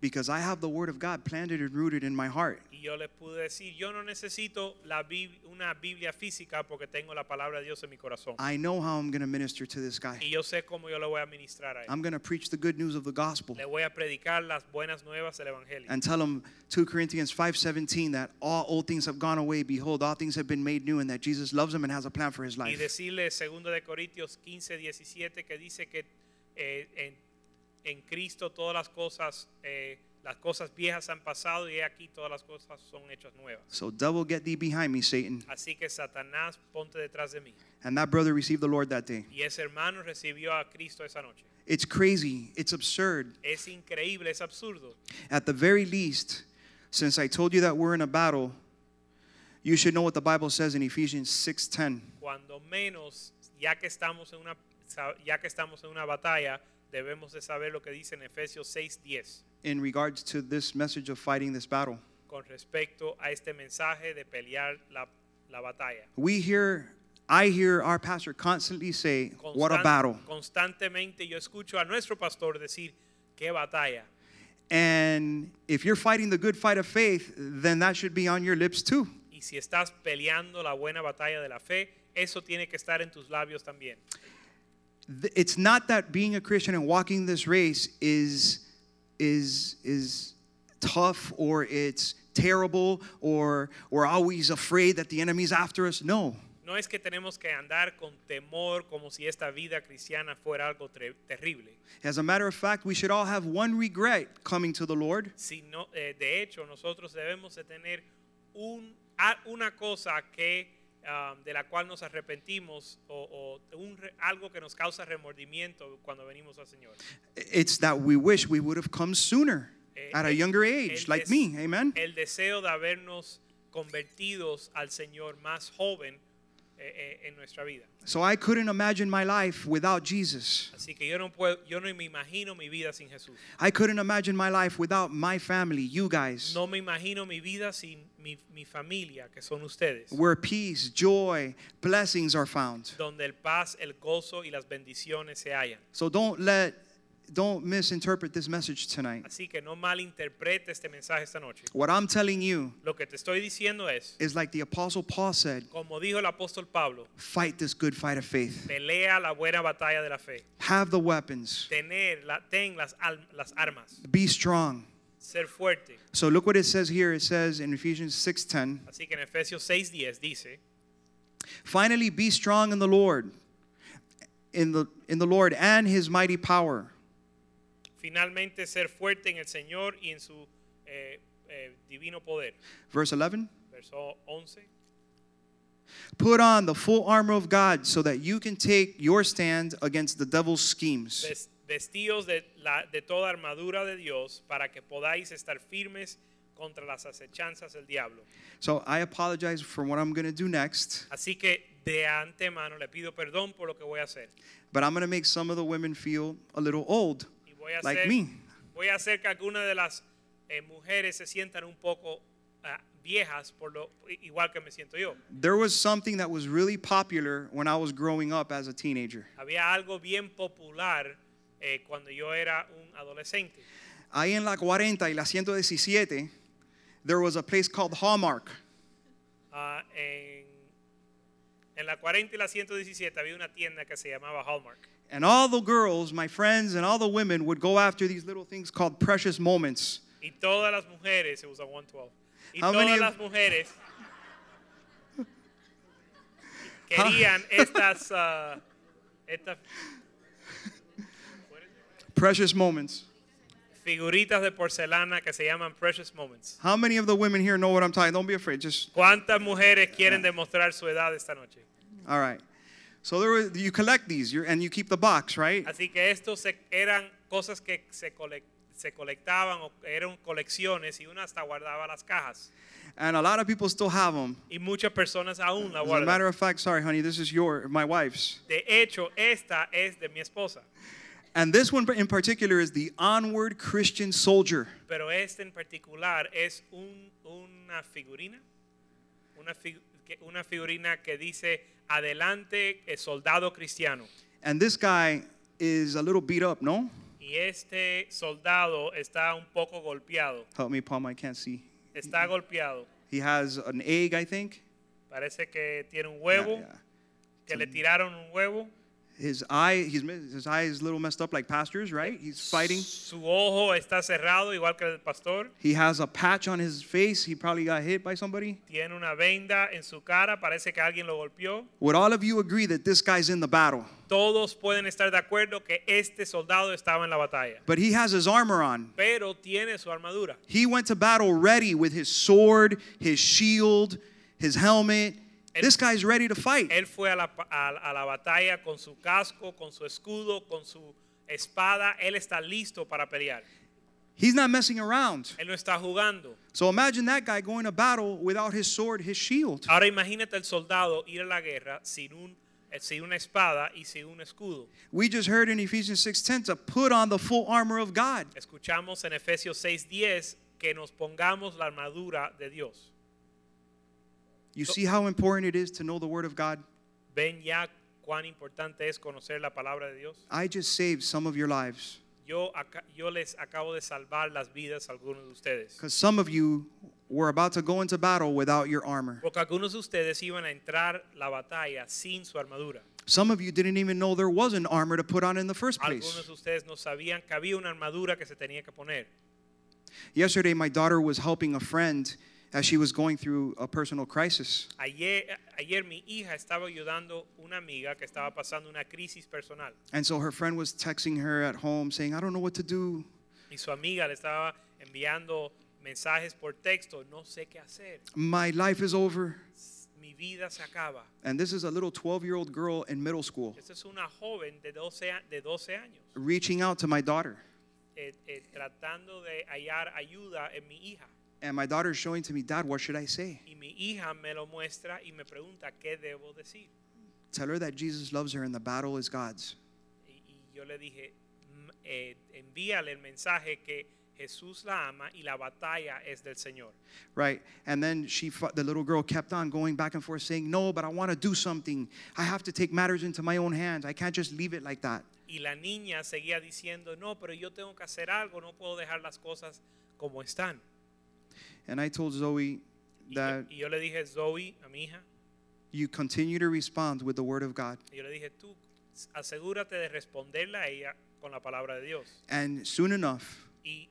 Speaker 1: because I have the Word of God planted and rooted in my heart."
Speaker 2: y yo les pude decir, yo no necesito la Bib- una Biblia física porque tengo la palabra de Dios en mi corazón.
Speaker 1: I know how I'm going to minister to this guy.
Speaker 2: Y yo sé cómo yo le voy a ministrar a él.
Speaker 1: I'm going to preach the good news of the gospel
Speaker 2: Le voy a predicar las buenas nuevas del Evangelio.
Speaker 1: and tell him 2 Corinthians 5:17 that all old things have gone away behold all things have been made new and that Jesus loves him and has a plan for his
Speaker 2: y
Speaker 1: life.
Speaker 2: decirle 2 de Corintios 15, 17 que dice que eh, en, en Cristo todas las cosas, eh, las cosas viejas han pasado y he aquí todas las cosas son hechas nuevas.
Speaker 1: So devil get thee behind me Satan.
Speaker 2: Así que Satanás, ponte detrás de mí.
Speaker 1: And that brother received the Lord that day.
Speaker 2: Y ese hermano recibió a Cristo esa noche.
Speaker 1: It's crazy, it's absurd.
Speaker 2: Es increíble, es absurdo.
Speaker 1: At the very least, since I told you that we're in a battle, you should know what the Bible says in Ephesians 6:10.
Speaker 2: Cuando menos, ya que estamos en una, sa- ya que estamos en una batalla, debemos de saber lo que dice en Efesios 6, 10
Speaker 1: In regards to this message of fighting this battle,
Speaker 2: con respecto a este mensaje de pelear la- la batalla.
Speaker 1: we hear I hear our pastor constantly say, "What a
Speaker 2: Constan-
Speaker 1: battle."
Speaker 2: Constantemente yo escucho a nuestro pastor decir, qué batalla.
Speaker 1: And if you're fighting the good fight of faith, then that should be on your lips too.
Speaker 2: Y si estás peleando la buena batalla de la fe, eso tiene que estar en tus labios también.
Speaker 1: Th- It's not that being a Christian and walking this race is is is tough or it's terrible or we're always afraid that the enemy's after us. No.
Speaker 2: No es que tenemos que andar con temor como si esta vida cristiana fuera algo tre- terrible.
Speaker 1: As a matter of fact, we should all have one regret coming to the Lord,
Speaker 2: Sino, eh, de hecho, nosotros debemos de tener un, a- una cosa que ah, de la cual nos arrepentimos o, o un re- algo que nos causa remordimiento cuando venimos al Señor.
Speaker 1: it's that we wish we would have come sooner
Speaker 2: Eh,
Speaker 1: at a
Speaker 2: el-
Speaker 1: younger
Speaker 2: el
Speaker 1: age like
Speaker 2: des-
Speaker 1: me. Amen.
Speaker 2: El deseo de habernos convertidos al Señor más joven eh, eh, en nuestra vida.
Speaker 1: So I couldn't imagine my life without Jesus.
Speaker 2: Así que yo no puedo, yo no me imagino mi vida sin Jesús.
Speaker 1: I couldn't imagine my life without my family, you guys.
Speaker 2: No me imagino mi vida sin mi, mi familia, que son ustedes,
Speaker 1: Where peace, joy, blessings are found.
Speaker 2: donde el paz, el gozo y las bendiciones se hallan.
Speaker 1: So don't let don't misinterpret this message tonight.
Speaker 2: Así que no malinterprete este mensaje esta noche.
Speaker 1: What I'm telling you
Speaker 2: Lo que te estoy diciendo es,
Speaker 1: is like the apostle Paul said,
Speaker 2: como dijo el apóstol Pablo,
Speaker 1: fight this good fight of faith.
Speaker 2: pelea la buena batalla de la fe.
Speaker 1: Have the weapons.
Speaker 2: Tener la, ten las, al- las armas,
Speaker 1: Be strong.
Speaker 2: ser fuerte.
Speaker 1: So look what it says here. It says in Ephesians 6:10,
Speaker 2: Así que en Efesios 6:10 dice,
Speaker 1: finally be strong in the Lord in the in the Lord and his mighty power.
Speaker 2: finalmente ser fuerte en el Señor y en su eh, eh, divino poder.
Speaker 1: Verse 11
Speaker 2: Verso 11.
Speaker 1: Put on the full armor of God so that you can take your stand against the devil's schemes.
Speaker 2: "Ves- Vestíos de, la- de toda armadura de Dios para que podáis estar firmes contra las acechanzas del diablo.
Speaker 1: So I apologize for what I'm going to do next,
Speaker 2: Así que de antemano le pido perdón por lo que voy a hacer.
Speaker 1: but I'm going to make some of the women feel a little old,
Speaker 2: Y voy a
Speaker 1: like
Speaker 2: hacer,
Speaker 1: me.
Speaker 2: Voy a hacer que algunas de las eh, mujeres se sientan un poco ah, viejas, por lo, igual que me siento yo.
Speaker 1: There was something that was really popular when I was growing up as a teenager.
Speaker 2: Había algo bien popular eh, cuando yo era un adolescente.
Speaker 1: Ahí en la 40 y la 117, there was a place called Hallmark.
Speaker 2: Ah, en Ah, En la 40 y la 117 había una tienda que se llamaba Hallmark.
Speaker 1: And all the girls, my friends, and all the women would go after these little things called precious moments.
Speaker 2: Y todas las mujeres, se usa 112. Y
Speaker 1: How
Speaker 2: todas
Speaker 1: many of-
Speaker 2: las
Speaker 1: [laughs]
Speaker 2: mujeres querían estas, ah, estas
Speaker 1: Precious moments.
Speaker 2: figuritas de porcelana que se llaman Precious Moments.
Speaker 1: How many of the women here know what I'm talking? Don't be afraid. Just
Speaker 2: ¿Cuántas mujeres quieren demostrar su edad esta noche?
Speaker 1: all right. So there were, you collect these you're, and you keep the box, right?
Speaker 2: Así que estos se- eran cosas que se, cole- se colectaban o eran colecciones y una hasta guardaba las cajas.
Speaker 1: And a lot of people still have them.
Speaker 2: Y muchas personas aún la
Speaker 1: As a matter
Speaker 2: guardan.
Speaker 1: of fact, sorry, honey, this is your my wife's.
Speaker 2: De hecho, esta es de mi esposa,
Speaker 1: And this one in particular is the onward Christian soldier.
Speaker 2: pero esta en particular es un- una figurina, una, fi- que- una figurina que dice adelante eh, soldado cristiano.
Speaker 1: And this guy is a little beat up, no?
Speaker 2: Y este soldado está un poco golpeado,
Speaker 1: Help me, Palma, I can't see.
Speaker 2: está golpeado.
Speaker 1: He has an egg, I think.
Speaker 2: Parece que tiene un
Speaker 1: Yeah,
Speaker 2: huevo,
Speaker 1: yeah.
Speaker 2: que le tiraron un huevo.
Speaker 1: His eye, he's, mis- his eye is a little messed up like pastors, right? He's fighting.
Speaker 2: Su ojo está cerrado, igual que el del pastor.
Speaker 1: He has a patch on his face. He probably got hit by somebody.
Speaker 2: Tiene una venda en su cara, parece que alguien lo golpeó.
Speaker 1: Would all of you agree that this guy's in the battle?
Speaker 2: Todos pueden estar de acuerdo que este soldado estaba en la batalla,
Speaker 1: But he has his armor on.
Speaker 2: pero tiene su armadura.
Speaker 1: He went to battle ready with his sword, his shield, his helmet.
Speaker 2: El-
Speaker 1: this guy's ready to fight.
Speaker 2: Él fue a la, pa- a- a la batalla con su casco, con su escudo, con su espada. Él está listo para pelear.
Speaker 1: He's not messing around.
Speaker 2: Él no está jugando.
Speaker 1: So imagine that guy going to battle without his sword, his shield.
Speaker 2: Ahora imagínate el soldado ir a la guerra sin, un, eh, sin una espada y sin un escudo.
Speaker 1: We just heard in Ephesians 6:10 to put on the full armor of God.
Speaker 2: Escuchamos en Efesios 6:10 que nos pongamos la armadura de Dios.
Speaker 1: You see how important it is to know the word of God?
Speaker 2: Ven ya cuán importante es conocer la palabra de Dios.
Speaker 1: I just saved some of your lives
Speaker 2: Yo, aca- yo les acabo de salvar las vidas a algunos de ustedes.
Speaker 1: cuz some of you were about to go into battle without your armor.
Speaker 2: Porque algunos de ustedes iban a entrar la batalla sin su armadura.
Speaker 1: Some of you didn't even know there was an armor to put on in the first
Speaker 2: Algunos
Speaker 1: place.
Speaker 2: de ustedes no sabían que había una armadura que se tenía que poner.
Speaker 1: Yesterday, my daughter was helping a friend as she was going through a personal crisis.
Speaker 2: Ayer, ayer mi hija estaba ayudando una amiga que estaba pasando una crisis personal.
Speaker 1: And so her friend was texting her at home saying, I don't know what to do.
Speaker 2: Y su amiga le estaba enviando mensajes por texto. No sé qué hacer.
Speaker 1: My life is over.
Speaker 2: Mi vida se acaba.
Speaker 1: And this is a little 12 year old girl in middle school
Speaker 2: Esta es una joven de 12, a- de 12 años
Speaker 1: reaching out to my daughter.
Speaker 2: eh, eh, tratando de hallar ayuda en mi hija.
Speaker 1: And my daughter is showing to me, Dad, what should I say?
Speaker 2: Y mi hija me lo muestra y me pregunta qué debo decir.
Speaker 1: Tell her that Jesus loves her and the battle is God's.
Speaker 2: Y, y yo le dije, "Mm, eh, envíale el mensaje que Jesús la ama y la batalla es del Señor.
Speaker 1: Right. And then she, fu- the little girl kept on going back and forth saying, No, but I want to do something. I have to take matters into my own hands. I can't just leave it like that.
Speaker 2: Y la niña seguía diciendo, no, pero yo tengo que hacer algo, no puedo dejar las cosas como están.
Speaker 1: And I told Zoe
Speaker 2: Y, yo-
Speaker 1: that
Speaker 2: y yo le dije, Zoe, a mi hija,
Speaker 1: you continue to respond with the word of God.
Speaker 2: y yo le dije, tú asegúrate de responderla a ella con la palabra de Dios.
Speaker 1: And soon enough,
Speaker 2: Y,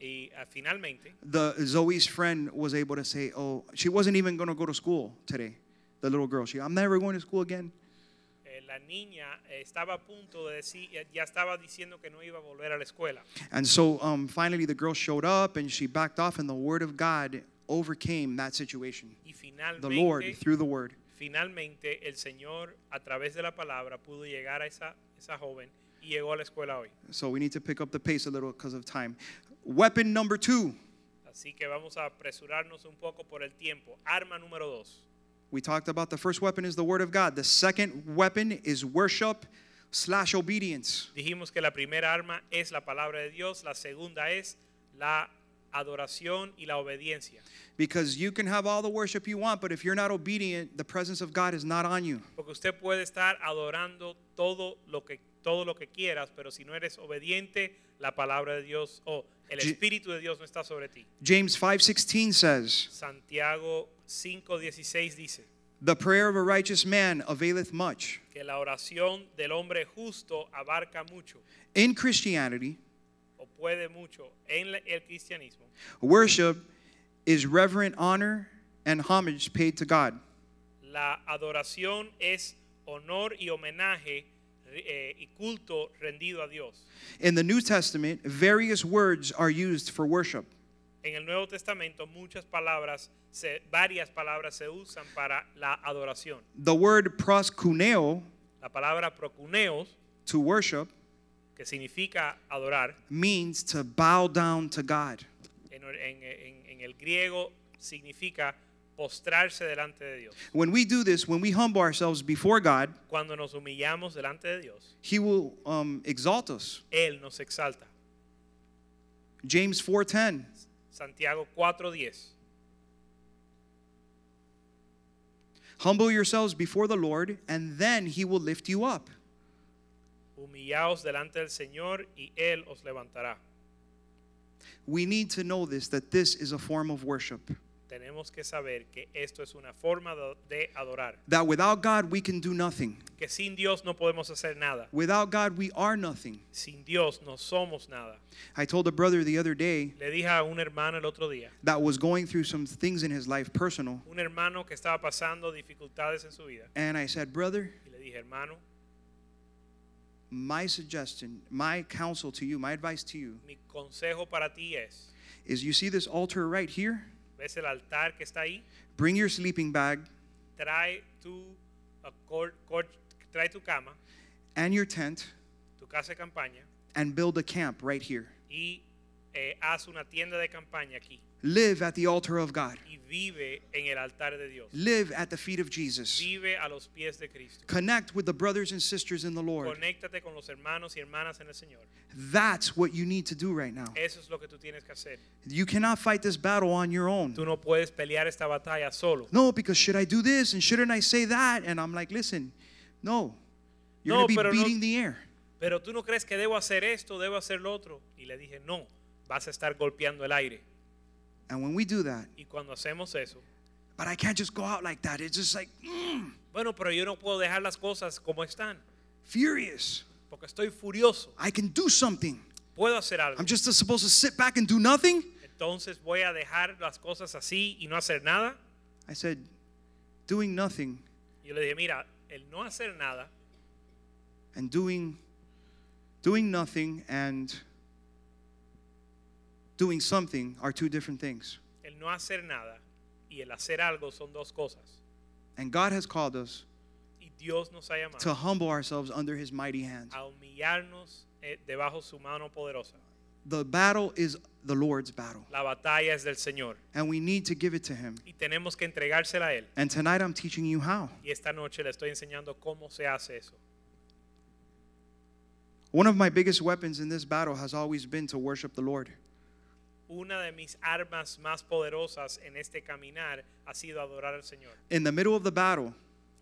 Speaker 2: y, ah, finalmente,
Speaker 1: the Zoe's friend was able to say, "Oh, she wasn't even going to go to school today." The little girl, she, "I'm never going to school again."
Speaker 2: eh, la niña eh, estaba a punto de decir, ya- ya estaba diciendo que no iba a volver a la escuela.
Speaker 1: And so, um, finally, the girl showed up, and she backed off, and the word of God overcame that situation.
Speaker 2: Y
Speaker 1: The Lord,
Speaker 2: finalmente,
Speaker 1: through the word,
Speaker 2: finalmente el Señor a través de la palabra pudo llegar a esa, esa joven y llegó a la escuela hoy.
Speaker 1: so we need to pick up the pace a little because of time. Weapon number two,
Speaker 2: Así que vamos a apresurarnos un poco por el tiempo. Arma número dos.
Speaker 1: we talked about. The first weapon is the word of God. The second weapon is worship slash obedience.
Speaker 2: Dijimos que la primera arma es la palabra de Dios, la segunda es la adoración y la obediencia.
Speaker 1: Because you can have all the worship you want, but if you're not obedient, the presence of God is not on you.
Speaker 2: Porque usted puede estar adorando todo lo que todo lo que quieras, pero si no eres obediente, la palabra de Dios o el
Speaker 1: Je-
Speaker 2: espíritu de Dios no está sobre ti.
Speaker 1: James 5:16 says,
Speaker 2: Santiago 5:16 dice,
Speaker 1: The prayer of a righteous man availeth much.
Speaker 2: que la oración del hombre justo abarca mucho
Speaker 1: In Christianity,
Speaker 2: o puede mucho en la- el cristianismo.
Speaker 1: worship is reverent honor and homage paid to God.
Speaker 2: La adoración es honor y homenaje eh, y culto rendido a Dios.
Speaker 1: In the New Testament, various words are used for worship.
Speaker 2: En el Nuevo Testamento muchas palabras, se- varias palabras se usan para la adoración.
Speaker 1: The word proskuneo,
Speaker 2: La palabra procuneos,
Speaker 1: to worship,
Speaker 2: que significa adorar,
Speaker 1: means to bow down to God.
Speaker 2: en, or- en- en- en el griego significa postrarse delante de Dios.
Speaker 1: When we do this, when we humble ourselves before God,
Speaker 2: Cuando nos humillamos delante de Dios,
Speaker 1: He will um, exalt us.
Speaker 2: Él nos exalta.
Speaker 1: James 4:10.
Speaker 2: Santiago 4:10.
Speaker 1: Humble yourselves before the Lord, and then He will lift you up.
Speaker 2: Humillaos delante del Señor y Él os levantará.
Speaker 1: We need to know this that this is a form of worship.
Speaker 2: Tenemos que saber que esto es una forma de- de adorar,
Speaker 1: That without God, we can do nothing.
Speaker 2: que sin Dios no podemos hacer nada.
Speaker 1: Without God, we are nothing.
Speaker 2: Sin Dios no somos nada.
Speaker 1: I told a brother the other day
Speaker 2: Le dije a un hermano el otro día,
Speaker 1: that was going through some things in his life personal,
Speaker 2: un hermano que estaba pasando dificultades en su vida,
Speaker 1: and I said, Brother,
Speaker 2: y le dije, hermano,
Speaker 1: my suggestion, my counsel to you, my advice to you
Speaker 2: mi consejo para ti es,
Speaker 1: is you see this altar right here?
Speaker 2: ves el altar que está ahí,
Speaker 1: Bring your sleeping bag
Speaker 2: trae tu, uh, cor- cor- trae tu cama,
Speaker 1: and your tent
Speaker 2: tu casa de campaña,
Speaker 1: and build a camp right here.
Speaker 2: y eh, haz una tienda de campaña aquí.
Speaker 1: Live at the altar of God,
Speaker 2: y vive en el altar de Dios.
Speaker 1: live at the feet of Jesus.
Speaker 2: Vive a los pies de Cristo.
Speaker 1: Connect with the brothers and sisters in the Lord.
Speaker 2: Conéctate con los hermanos y hermanas en el Señor.
Speaker 1: That's what you need to do right now.
Speaker 2: Eso es lo que tú tienes que hacer.
Speaker 1: You cannot fight this battle on your own.
Speaker 2: Tú no puedes pelear esta batalla solo.
Speaker 1: No, because should I do this and shouldn't I say that? And I'm like, listen, no. You're
Speaker 2: No,
Speaker 1: going to
Speaker 2: pero
Speaker 1: be
Speaker 2: no-
Speaker 1: beating the air.
Speaker 2: Pero tú no crees que debo hacer esto, debo hacer lo otro. Y le dije, no, vas a estar golpeando el aire.
Speaker 1: And when we do that,
Speaker 2: Y cuando hacemos eso,
Speaker 1: but I can't just go out like that. It's just like mm,
Speaker 2: bueno, pero yo no puedo dejar las cosas como están,
Speaker 1: furious.
Speaker 2: porque estoy furioso.
Speaker 1: I can do something.
Speaker 2: Puedo hacer algo.
Speaker 1: I'm just supposed to sit back and do nothing.
Speaker 2: Entonces voy a dejar las cosas así y no hacer nada.
Speaker 1: I said, doing nothing
Speaker 2: Yo le dije, mira, el no hacer nada
Speaker 1: and doing doing nothing and doing something are two different things.
Speaker 2: El no hacer nada y el hacer algo son dos cosas.
Speaker 1: And God has called us
Speaker 2: Y Dios nos ha
Speaker 1: to
Speaker 2: llamado
Speaker 1: humble ourselves under his mighty hand.
Speaker 2: a humillarnos eh, debajo su mano poderosa.
Speaker 1: The battle is the Lord's battle.
Speaker 2: La batalla es del Señor
Speaker 1: and we need to give it to him.
Speaker 2: y tenemos que entregársela a Él.
Speaker 1: And tonight I'm teaching you how.
Speaker 2: Y esta noche le estoy enseñando cómo se hace eso.
Speaker 1: One of my biggest weapons in this battle has always been to worship the Lord.
Speaker 2: Una de mis armas más poderosas en este caminar ha sido adorar al Señor.
Speaker 1: In the middle of the battle,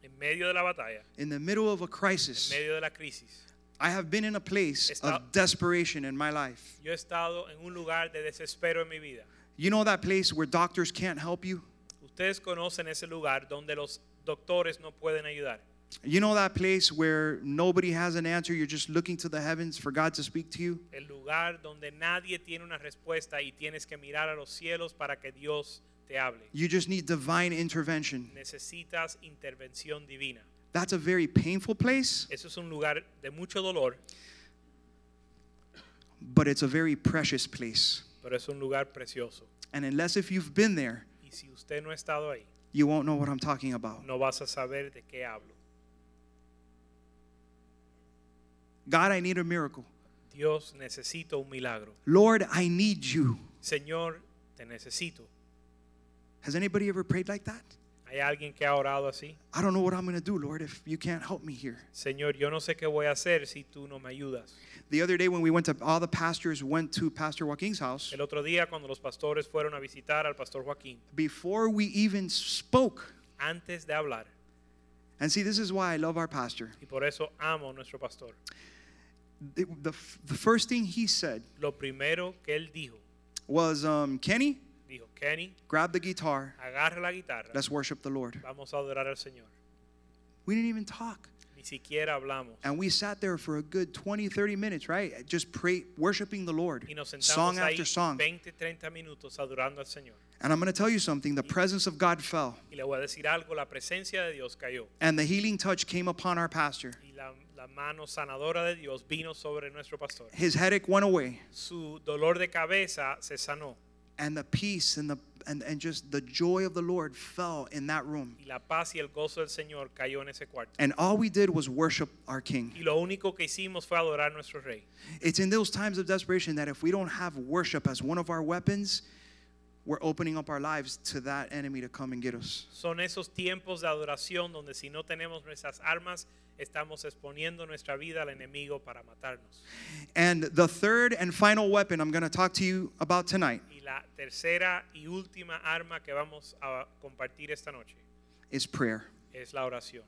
Speaker 2: En medio de la batalla,
Speaker 1: in the middle of a
Speaker 2: en
Speaker 1: crisis,
Speaker 2: medio de la crisis,
Speaker 1: I have been in a place
Speaker 2: Está-
Speaker 1: of desperation in my life.
Speaker 2: yo he estado en un lugar de desespero en mi vida.
Speaker 1: You know that place where doctors can't help you?
Speaker 2: Ustedes conocen ese lugar donde los doctores no pueden ayudar.
Speaker 1: You know that place where nobody has an answer, you're just looking to the heavens for God to speak to you?
Speaker 2: el lugar donde nadie tiene una respuesta y tienes que mirar a los cielos para que Dios te hable.
Speaker 1: You just need divine intervention.
Speaker 2: Necesitas intervención divina.
Speaker 1: That's a very painful place,
Speaker 2: Eso es un lugar de mucho dolor,
Speaker 1: but it's a very precious place.
Speaker 2: pero es un lugar precioso.
Speaker 1: And unless if you've been there,
Speaker 2: Y si usted no ha estado ahí,
Speaker 1: you won't know what I'm talking about.
Speaker 2: no vas a saber de qué hablo.
Speaker 1: God, I need a miracle.
Speaker 2: Dios, necesito un milagro.
Speaker 1: Lord, I need you.
Speaker 2: Señor, te necesito.
Speaker 1: Has anybody ever prayed like that?
Speaker 2: ¿Hay alguien que ha orado así?
Speaker 1: I don't know what I'm going to do, Lord, if you can't help me here.
Speaker 2: Señor, yo no sé qué voy a hacer si tú no me ayudas.
Speaker 1: The other day when we went to all the pastors went to Pastor Joaquin's house,
Speaker 2: El otro día cuando los pastores fueron a visitar al pastor Joaquín,
Speaker 1: before we even spoke.
Speaker 2: antes de hablar,
Speaker 1: And see, this is why I love our pastor.
Speaker 2: y por eso amo a nuestro pastor,
Speaker 1: The, the, the first thing he said
Speaker 2: lo primero que él dijo
Speaker 1: was, um, Kenny,
Speaker 2: dijo, Kenny,
Speaker 1: grab the guitar,
Speaker 2: agarra la guitarra,
Speaker 1: let's worship the Lord.
Speaker 2: vamos a adorar al Señor.
Speaker 1: We didn't even talk.
Speaker 2: Ni siquiera hablamos.
Speaker 1: And we sat there for a good 20, 30 minutes, right? Just pray, worshiping the Lord,
Speaker 2: Y nos sentamos
Speaker 1: song
Speaker 2: ahí
Speaker 1: after song.
Speaker 2: 20, 30 minutos adorando al Señor.
Speaker 1: And I'm going to tell you something the presence of God fell,
Speaker 2: Y le voy a decir algo, la presencia de Dios cayó.
Speaker 1: and the healing touch came upon our pastor.
Speaker 2: Y la, la mano sanadora de Dios vino sobre nuestro pastor.
Speaker 1: His headache went away,
Speaker 2: Su dolor de cabeza se sanó.
Speaker 1: and the peace and, the, and, and just the joy of the Lord fell in that room.
Speaker 2: Y la paz y el gozo del Señor cayó en ese cuarto.
Speaker 1: And all we did was worship our King.
Speaker 2: Y lo único que hicimos fue adorar a nuestro rey.
Speaker 1: It's in those times of desperation that if we don't have worship as one of our weapons, we're opening up our lives to that enemy to come and get us.
Speaker 2: Son esos tiempos de adoración donde si no tenemos nuestras armas, estamos exponiendo nuestra vida al enemigo para matarnos.
Speaker 1: And the third and final weapon I'm going to talk to you about tonight
Speaker 2: Y la tercera y última arma que vamos a compartir esta noche
Speaker 1: is prayer.
Speaker 2: es la oración.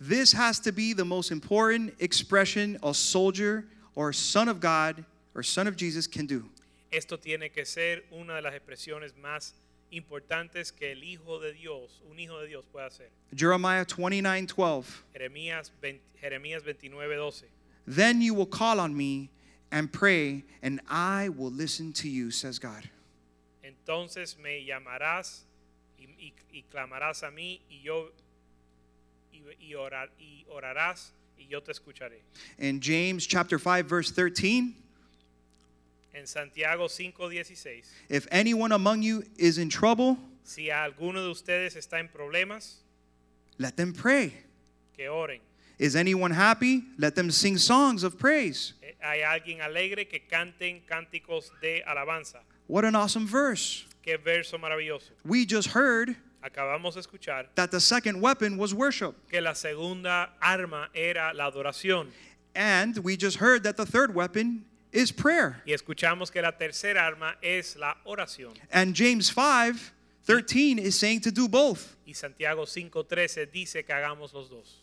Speaker 1: This has to be the most important expression a soldier or son of God or son of Jesus can do.
Speaker 2: Esto tiene que ser una de las expresiones más importantes que el hijo de Dios, un hijo de Dios puede hacer.
Speaker 1: Jeremiah 29 12.
Speaker 2: Jeremías 20 Jeremías 29, 12.
Speaker 1: Then you will call on me and pray, and I will listen to you, says God.
Speaker 2: Entonces me llamarás y, y- y clamarás a mí y yo y, y orar- y orarás y yo te escucharé.
Speaker 1: In James chapter 5 verse 13,
Speaker 2: En Santiago 5:16,
Speaker 1: if anyone among you is in trouble,
Speaker 2: si alguno de ustedes está en problemas,
Speaker 1: let them pray.
Speaker 2: que oren.
Speaker 1: Is anyone happy? Let them sing songs of praise.
Speaker 2: Eh, Hay alguien alegre que canten cánticos de alabanza.
Speaker 1: What an awesome verse.
Speaker 2: Qué verso maravilloso.
Speaker 1: We just heard
Speaker 2: Acabamos de escuchar
Speaker 1: that the second weapon was worship,
Speaker 2: que la segunda arma era la adoración
Speaker 1: and we just heard that the third weapon is prayer.
Speaker 2: y escuchamos que la tercera arma es la oración.
Speaker 1: And James 5 13 is saying to do both.
Speaker 2: Y Santiago 5:13 dice que hagamos los dos.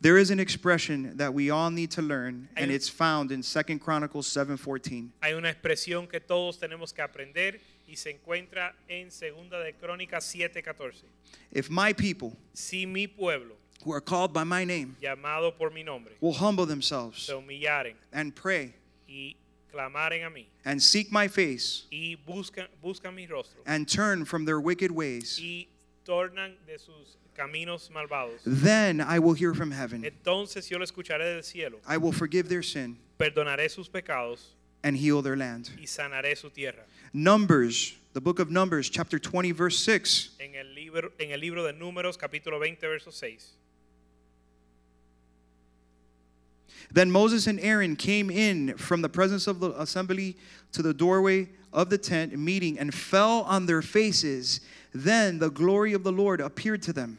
Speaker 1: There is an expression that we all need to learn, and
Speaker 2: Hay-
Speaker 1: it's found in 2 Chronicles 7 14.
Speaker 2: Hay una expresión que todos tenemos que aprender y se encuentra en Segunda de Crónicas 7:14.
Speaker 1: If my people
Speaker 2: Si mi pueblo,
Speaker 1: who are called by my name
Speaker 2: llamado por mi nombre,
Speaker 1: will humble themselves
Speaker 2: se humillaren
Speaker 1: and pray
Speaker 2: y clamaren a mí
Speaker 1: and seek my face
Speaker 2: y buscan, buscan mi rostro
Speaker 1: and turn from their wicked ways,
Speaker 2: y tornan de sus caminos malvados,
Speaker 1: then I will hear from heaven.
Speaker 2: entonces yo lo escucharé del cielo,
Speaker 1: I will forgive their sin
Speaker 2: perdonaré sus pecados
Speaker 1: and heal their land.
Speaker 2: y sanaré su tierra.
Speaker 1: Numbers, the book of Numbers, chapter 20, verse 6.
Speaker 2: En el libro, en el libro de Números, capítulo 20, verso 6.
Speaker 1: Then Moses and Aaron came in from the presence of the assembly to the doorway of the tent meeting and fell on their faces. Then the glory of the Lord appeared to them.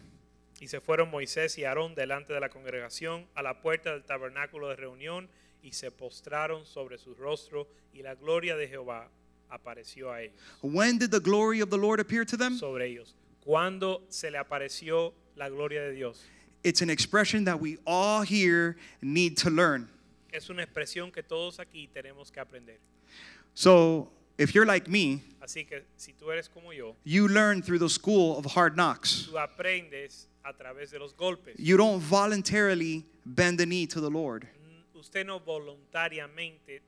Speaker 2: Y se fueron Moisés y Aarón delante de la congregación a la puerta del tabernáculo de reunión y se postraron sobre su rostro y la gloria de Jehová apareció a ellos,
Speaker 1: When did the glory of the Lord appear to them?
Speaker 2: sobre ellos. Cuando se le apareció la gloria de Dios.
Speaker 1: It's an expression that we all here need to learn.
Speaker 2: Es una expresión que todos aquí tenemos que aprender.
Speaker 1: So, if you're like me,
Speaker 2: Así que si tú eres como yo,
Speaker 1: you learn through the school of hard knocks.
Speaker 2: tú aprendes a través de los golpes.
Speaker 1: You don't voluntarily bend the knee to the Lord
Speaker 2: N- Usted no voluntariamente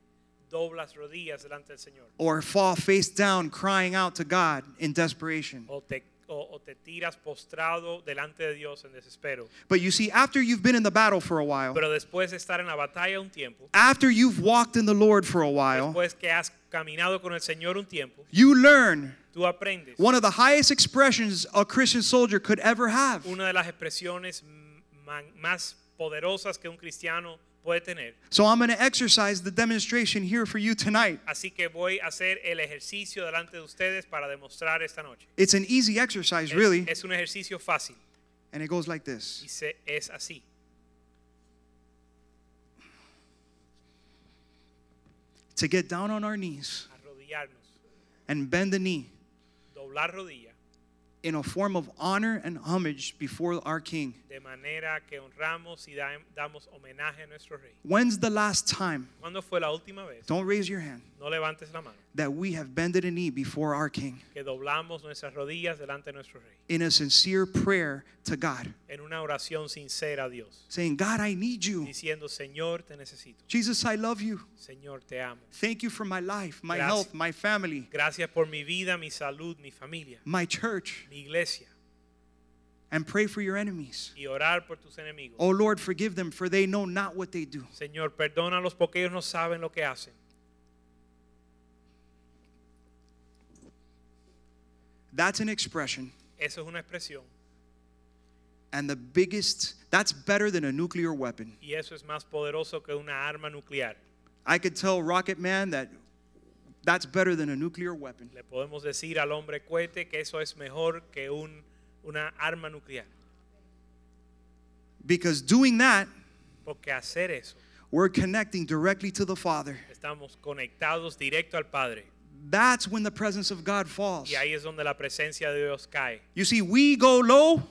Speaker 2: dobla las rodillas delante del Señor.
Speaker 1: or fall face down crying out to God in desperation.
Speaker 2: o te, o- o te tiras postrado delante de Dios en desespero.
Speaker 1: But you see, after you've been in the battle for a while,
Speaker 2: Pero después de estar en la batalla un tiempo,
Speaker 1: after you've walked in the Lord for a while,
Speaker 2: después que has caminado con el Señor un tiempo,
Speaker 1: you learn
Speaker 2: tú aprendes
Speaker 1: one of the highest expressions a Christian soldier could ever have
Speaker 2: una de las expresiones m- man- más poderosas que un cristiano puede tener.
Speaker 1: So I'm going to exercise the demonstration here for you tonight.
Speaker 2: Así que voy a hacer el ejercicio delante de ustedes para demostrar esta noche.
Speaker 1: It's an easy exercise,
Speaker 2: Es,
Speaker 1: really,
Speaker 2: es un ejercicio fácil
Speaker 1: and it goes like this
Speaker 2: y se, es así.
Speaker 1: to get down on our knees
Speaker 2: Arrodillarnos,
Speaker 1: and bend the knee
Speaker 2: doblar rodilla
Speaker 1: in a form of honor and homage before our King.
Speaker 2: de manera que honramos y da- damos homenaje a nuestro rey.
Speaker 1: When's the last time,
Speaker 2: ¿Cuándo fue la última vez?
Speaker 1: don't raise your hand,
Speaker 2: No levantes la mano.
Speaker 1: that we have bended a knee before our King
Speaker 2: Que doblamos nuestras rodillas delante de nuestro rey.
Speaker 1: in a sincere prayer to God,
Speaker 2: En una oración sincera a Dios.
Speaker 1: saying, God, I need you.
Speaker 2: Diciendo, Señor, te necesito.
Speaker 1: Jesus, I love you.
Speaker 2: Señor, te amo.
Speaker 1: Thank you for my life, my
Speaker 2: Gracias.
Speaker 1: health, my family,
Speaker 2: Gracias por mi vida, mi salud, mi familia,
Speaker 1: my church,
Speaker 2: mi iglesia.
Speaker 1: and pray for your enemies.
Speaker 2: Y orar por tus enemigos.
Speaker 1: Oh Lord, forgive them, for they know not what they do.
Speaker 2: Señor, perdónalos porque ellos no saben lo que hacen.
Speaker 1: That's an expression.
Speaker 2: Eso es una expresión.
Speaker 1: And the biggest, that's better than a nuclear weapon.
Speaker 2: Y eso es más poderoso que una arma nuclear.
Speaker 1: I could tell Rocket Man that that's better than a nuclear weapon.
Speaker 2: Le podemos decir al hombre cohete que eso es mejor que un, una arma nuclear.
Speaker 1: Because doing that,
Speaker 2: Porque hacer eso,
Speaker 1: we're connecting directly to the Father.
Speaker 2: estamos conectados directo al Padre.
Speaker 1: That's when the presence of God falls.
Speaker 2: Y ahí es donde la presencia de Dios cae.
Speaker 1: You see, we go low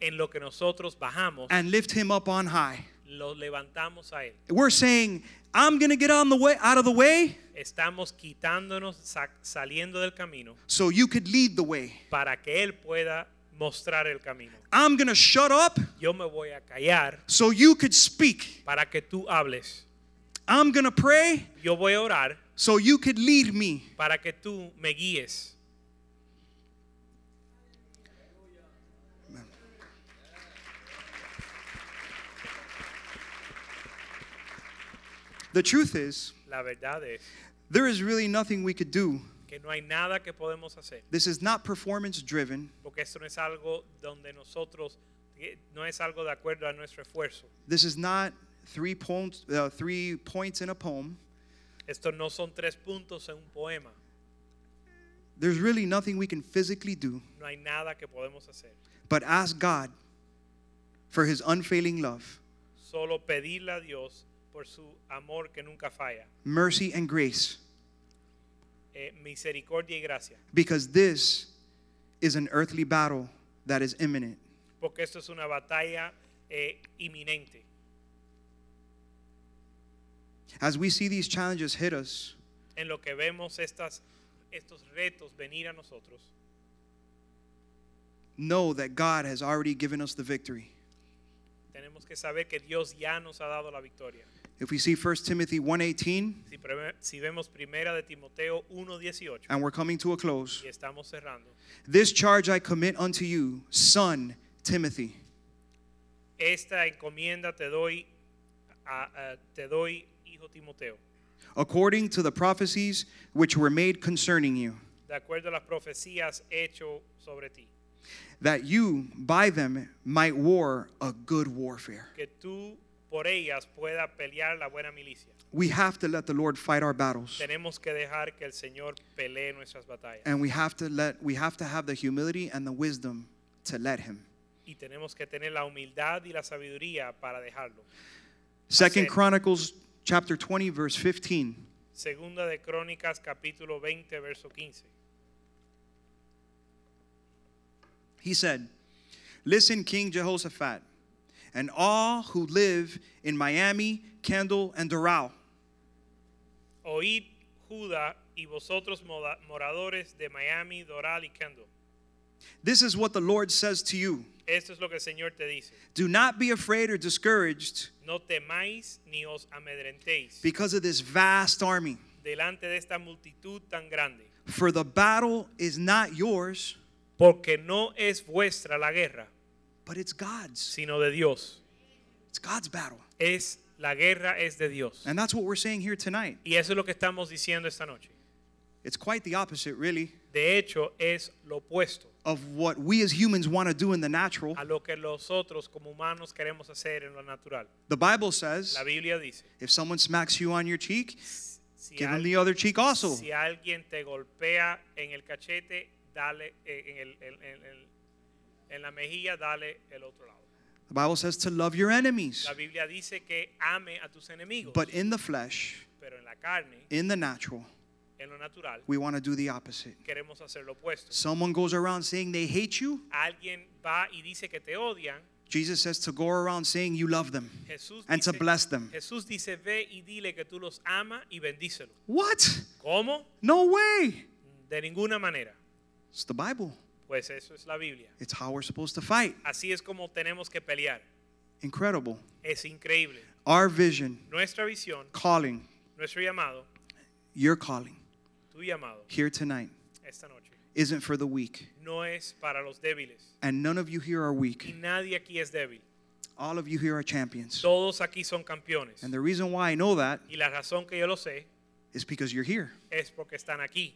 Speaker 2: En lo que nosotros bajamos,
Speaker 1: and lift him up on high.
Speaker 2: lo levantamos a Él.
Speaker 1: We're saying, I'm going to get on the way out of the way
Speaker 2: Estamos quitándonos, sa- saliendo del camino
Speaker 1: so you could lead the way.
Speaker 2: para que Él pueda mostrar el camino.
Speaker 1: I'm going to shut up
Speaker 2: Yo me voy a callar
Speaker 1: so you could speak.
Speaker 2: para que tú hables.
Speaker 1: I'm going to pray
Speaker 2: Yo voy a orar
Speaker 1: so you could lead me.
Speaker 2: para que tú me guíes.
Speaker 1: The truth is,
Speaker 2: La verdad es
Speaker 1: there is really nothing we could do.
Speaker 2: que no hay nada que podemos hacer,
Speaker 1: This is not performance driven.
Speaker 2: porque esto no es algo donde nosotros, eh, no es algo de acuerdo a nuestro esfuerzo.
Speaker 1: This is not three poems, uh, three points in a poem.
Speaker 2: Estos no son tres puntos en un poema.
Speaker 1: There's really nothing we can physically do
Speaker 2: No hay nada que podemos hacer.
Speaker 1: but ask God for His unfailing love,
Speaker 2: Solo pedirle a Dios por su amor que nunca falla,
Speaker 1: mercy, and grace,
Speaker 2: eh, misericordia y gracia,
Speaker 1: because this is an earthly battle that is imminent.
Speaker 2: porque esto es una batalla eh, inminente.
Speaker 1: As we see these challenges hit us,
Speaker 2: En lo que vemos estas, estos retos venir a nosotros,
Speaker 1: know that God has already given us the victory.
Speaker 2: tenemos que saber que Dios ya nos ha dado la victoria.
Speaker 1: If we see 1 Timothy 1:18
Speaker 2: Si, preve- si vemos primera de Timoteo 1:18
Speaker 1: and we're coming to a close,
Speaker 2: y estamos cerrando,
Speaker 1: this charge I commit unto you, son Timothy.
Speaker 2: esta encomienda te doy, a- a- te doy hijo Timoteo,
Speaker 1: according to the prophecies which were made concerning you,
Speaker 2: de acuerdo a las profecías hecho sobre ti,
Speaker 1: that you by them might war a good warfare.
Speaker 2: que tú por ellas pueda pelear la buena milicia.
Speaker 1: We have to let the Lord fight our battles.
Speaker 2: Tenemos que dejar que el Señor pelee nuestras batallas
Speaker 1: And we have to let we have to have the humility and the wisdom to let him.
Speaker 2: y tenemos que tener la humildad y la sabiduría para dejarlo.
Speaker 1: Second
Speaker 2: Hacer.
Speaker 1: Chronicles chapter 20 verse 15.
Speaker 2: Segunda de Crónicas capítulo 20 verso 15.
Speaker 1: He said, "Listen, King Jehoshaphat, and all who live in Miami, Kendall, and Doral,
Speaker 2: Oíd Judá y vosotros moda- moradores de Miami, Doral y Kendall.
Speaker 1: this is what the Lord says to you:
Speaker 2: Esto es lo que el Señor te dice.
Speaker 1: Do not be afraid or discouraged
Speaker 2: No temáis ni os amedrentéis
Speaker 1: because of this vast army.
Speaker 2: delante de esta multitud tan grande,
Speaker 1: For the battle is not yours,
Speaker 2: porque no es vuestra la guerra,
Speaker 1: but it's God's.
Speaker 2: sino de Dios.
Speaker 1: It's God's battle.
Speaker 2: Es la guerra es de Dios.
Speaker 1: And that's what we're saying here tonight.
Speaker 2: Y eso es lo que estamos diciendo esta noche.
Speaker 1: It's quite the opposite, really,
Speaker 2: De hecho, es lo opuesto
Speaker 1: of what we as humans want to do in the natural.
Speaker 2: a lo que nosotros como humanos queremos hacer en lo natural.
Speaker 1: The Bible says
Speaker 2: La Biblia dice,
Speaker 1: if someone smacks you on your cheek,
Speaker 2: si
Speaker 1: give him
Speaker 2: alguien-
Speaker 1: the other cheek also.
Speaker 2: Si alguien te golpea en el cachete, dale eh, en, el- en- en- en- en la mejilla, dale el otro lado.
Speaker 1: The Bible says to love your enemies.
Speaker 2: La Biblia dice que ame a tus enemigos,
Speaker 1: But in the flesh,
Speaker 2: pero en la carne,
Speaker 1: in the natural,
Speaker 2: en lo natural,
Speaker 1: we want to do the opposite.
Speaker 2: queremos hacer lo opuesto.
Speaker 1: Someone goes around saying they hate you.
Speaker 2: Alguien va y dice que te odian,
Speaker 1: Jesus says to go around saying you love them
Speaker 2: Jesús
Speaker 1: and to
Speaker 2: dice,
Speaker 1: bless them.
Speaker 2: Jesús dice, ve y dile que tú los amas y bendícelo.
Speaker 1: What?
Speaker 2: ¿Cómo?
Speaker 1: No way.
Speaker 2: De ninguna manera.
Speaker 1: It's the Bible.
Speaker 2: Pues eso es la Biblia.
Speaker 1: It's how we're supposed to fight.
Speaker 2: Así es como tenemos que pelear.
Speaker 1: Incredible.
Speaker 2: Es increíble.
Speaker 1: Our vision,
Speaker 2: Nuestra visión,
Speaker 1: calling,
Speaker 2: nuestro llamado,
Speaker 1: your calling
Speaker 2: tu llamado
Speaker 1: here tonight
Speaker 2: esta noche,
Speaker 1: isn't for the weak.
Speaker 2: no es para los débiles.
Speaker 1: And none of you here are
Speaker 2: Y
Speaker 1: weak.
Speaker 2: nadie aquí es débil.
Speaker 1: All of you here are champions.
Speaker 2: Todos aquí son campeones.
Speaker 1: And the reason why I know that
Speaker 2: Y la razón que yo lo sé
Speaker 1: is because you're here.
Speaker 2: es porque están aquí.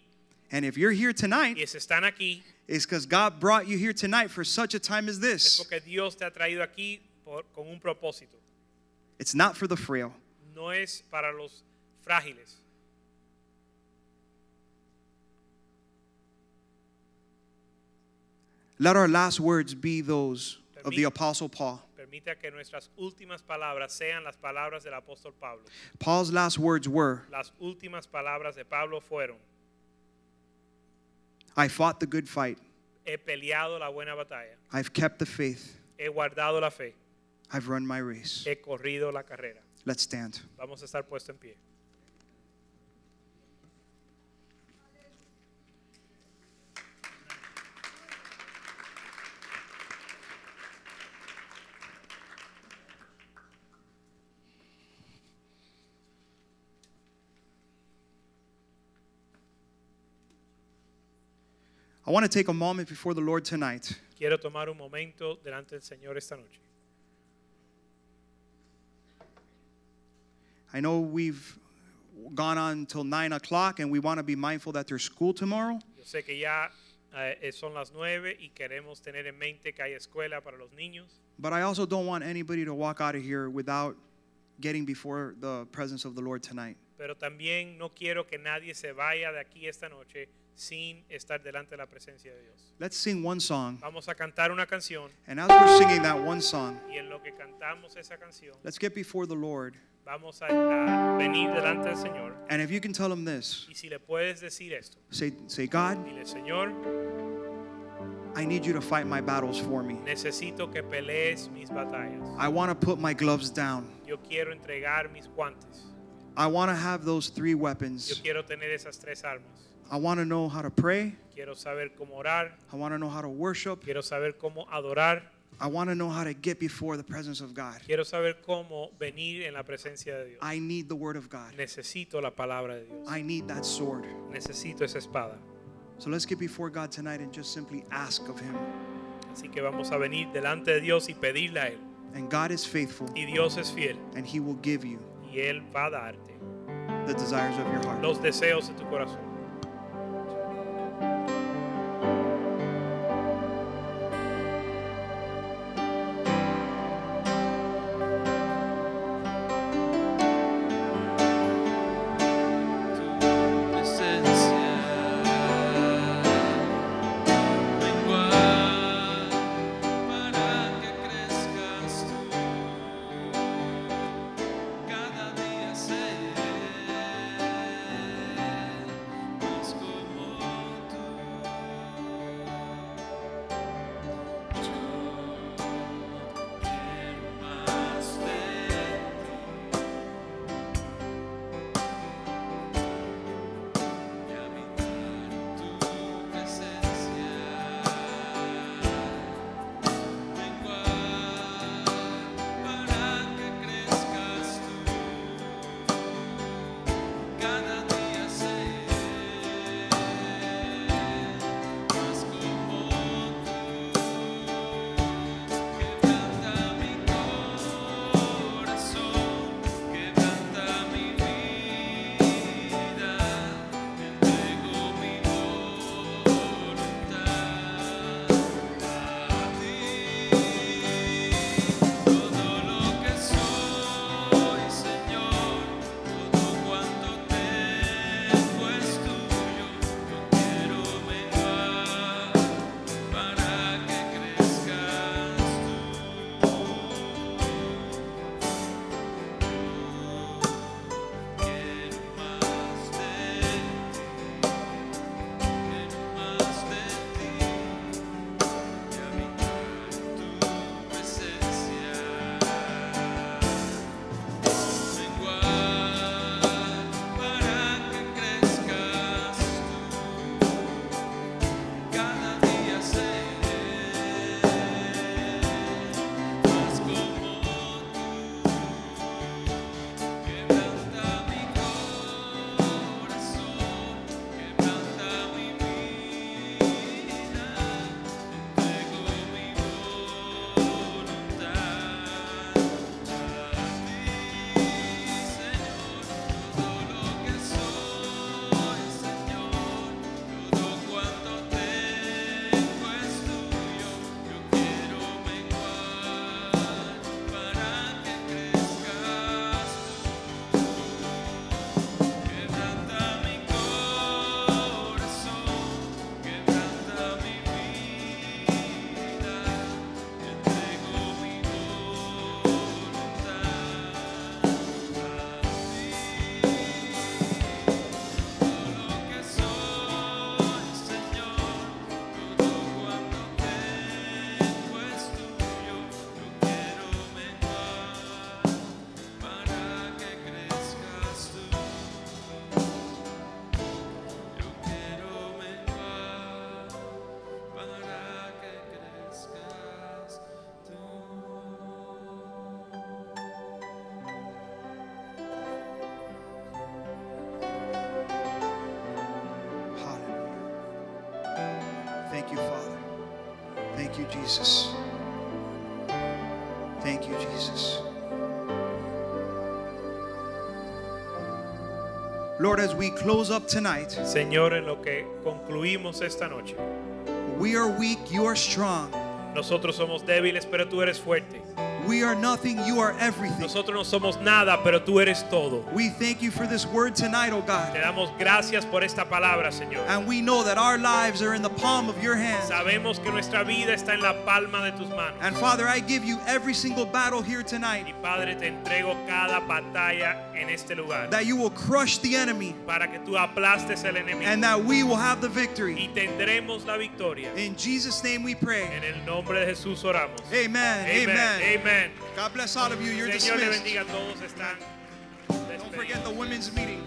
Speaker 1: And if you're here
Speaker 2: Y
Speaker 1: tonight,
Speaker 2: si están aquí,
Speaker 1: it's because God brought you here tonight for such a time as
Speaker 2: es
Speaker 1: this.
Speaker 2: porque Dios te ha traído aquí por- con un propósito.
Speaker 1: It's not for the frail.
Speaker 2: No es para los frágiles.
Speaker 1: Let our last words be those of the Apostle Paul.
Speaker 2: Permita que nuestras últimas palabras sean las palabras del apóstol Pablo.
Speaker 1: Paul's last words were
Speaker 2: Las últimas palabras de Pablo fueron,
Speaker 1: I fought the good fight,
Speaker 2: he peleado la buena batalla,
Speaker 1: I've kept the faith,
Speaker 2: he guardado la fe,
Speaker 1: I've run my race.
Speaker 2: he corrido la carrera.
Speaker 1: Let's stand.
Speaker 2: Vamos a estar puesto en pie.
Speaker 1: I want to take a moment before the Lord tonight
Speaker 2: Quiero tomar un momento delante del Señor esta noche.
Speaker 1: I know we've gone on till nine o'clock, and we want to be mindful that there's school tomorrow.
Speaker 2: Yo sé que ya eh, son las nueve y queremos tener en mente que hay escuela para los niños,
Speaker 1: But I also don't want anybody to walk out of here without getting before the presence of the Lord tonight.
Speaker 2: pero también no quiero que nadie se vaya de aquí esta noche sin estar delante de la presencia de Dios.
Speaker 1: Let's sing one song.
Speaker 2: Vamos a cantar una canción
Speaker 1: And as we're singing that one song,
Speaker 2: y en lo que cantamos esa canción
Speaker 1: let's get before the Lord.
Speaker 2: vamos a, a venir delante del Señor
Speaker 1: And if you can tell him this,
Speaker 2: y si le puedes decir esto,
Speaker 1: say, say God,
Speaker 2: dile Señor,
Speaker 1: I need you to fight my battles for me.
Speaker 2: necesito que pelees mis batallas.
Speaker 1: I want to put my gloves down.
Speaker 2: Yo quiero entregar mis guantes.
Speaker 1: I want to have those three
Speaker 2: Yo
Speaker 1: weapons.
Speaker 2: quiero tener esas tres armas.
Speaker 1: I want to know how to pray.
Speaker 2: Quiero saber cómo orar.
Speaker 1: I want to know how to worship.
Speaker 2: Quiero saber cómo adorar.
Speaker 1: I want to know how to get before the presence of God.
Speaker 2: Quiero saber cómo venir en la presencia de Dios.
Speaker 1: I need the word of God.
Speaker 2: Necesito la palabra de Dios.
Speaker 1: I need that sword.
Speaker 2: Necesito esa espada.
Speaker 1: So let's get before God tonight and just simply ask of Him.
Speaker 2: Así que vamos a venir delante de Dios y pedirle a Él.
Speaker 1: And God is faithful,
Speaker 2: Y Dios es fiel.
Speaker 1: and He will give you
Speaker 2: Y Él va a darte
Speaker 1: the desires of your heart.
Speaker 2: los deseos de tu corazón.
Speaker 3: Presencia, vengo a para que crezcas tú. Cada día seré
Speaker 1: Thank you, Jesus. Thank you, Jesus. Lord, as we close up tonight,
Speaker 2: Señor, en lo que concluimos esta noche,
Speaker 1: we are weak, you are strong.
Speaker 2: nosotros somos débiles, pero tú eres fuerte.
Speaker 1: We are nothing, you are everything.
Speaker 2: Nosotros no somos nada, pero tú eres todo.
Speaker 1: We thank you for this word tonight, oh
Speaker 2: Te
Speaker 1: God.
Speaker 2: damos gracias por esta palabra, Señor.
Speaker 1: And we know that our lives are in the palm of your hand.
Speaker 2: Sabemos que nuestra vida está en la palma de tus manos.
Speaker 1: And Father, I give you every single battle here
Speaker 2: Y
Speaker 1: tonight
Speaker 2: Padre, te entrego cada batalla en este lugar
Speaker 1: that you will crush the enemy
Speaker 2: para que tú aplastes el
Speaker 1: and
Speaker 2: enemigo
Speaker 1: that we will have the
Speaker 2: y
Speaker 1: victory.
Speaker 2: tendremos la victoria.
Speaker 1: In Jesus' name we pray.
Speaker 2: En el nombre de Jesús oramos.
Speaker 1: Amen.
Speaker 2: Amen.
Speaker 1: Amen.
Speaker 2: Amen.
Speaker 1: God bless all of you. You're
Speaker 2: Señor le
Speaker 1: dismissed.
Speaker 2: bendiga a todos. Están
Speaker 1: Don't
Speaker 2: despedidos.
Speaker 1: forget the women's meeting.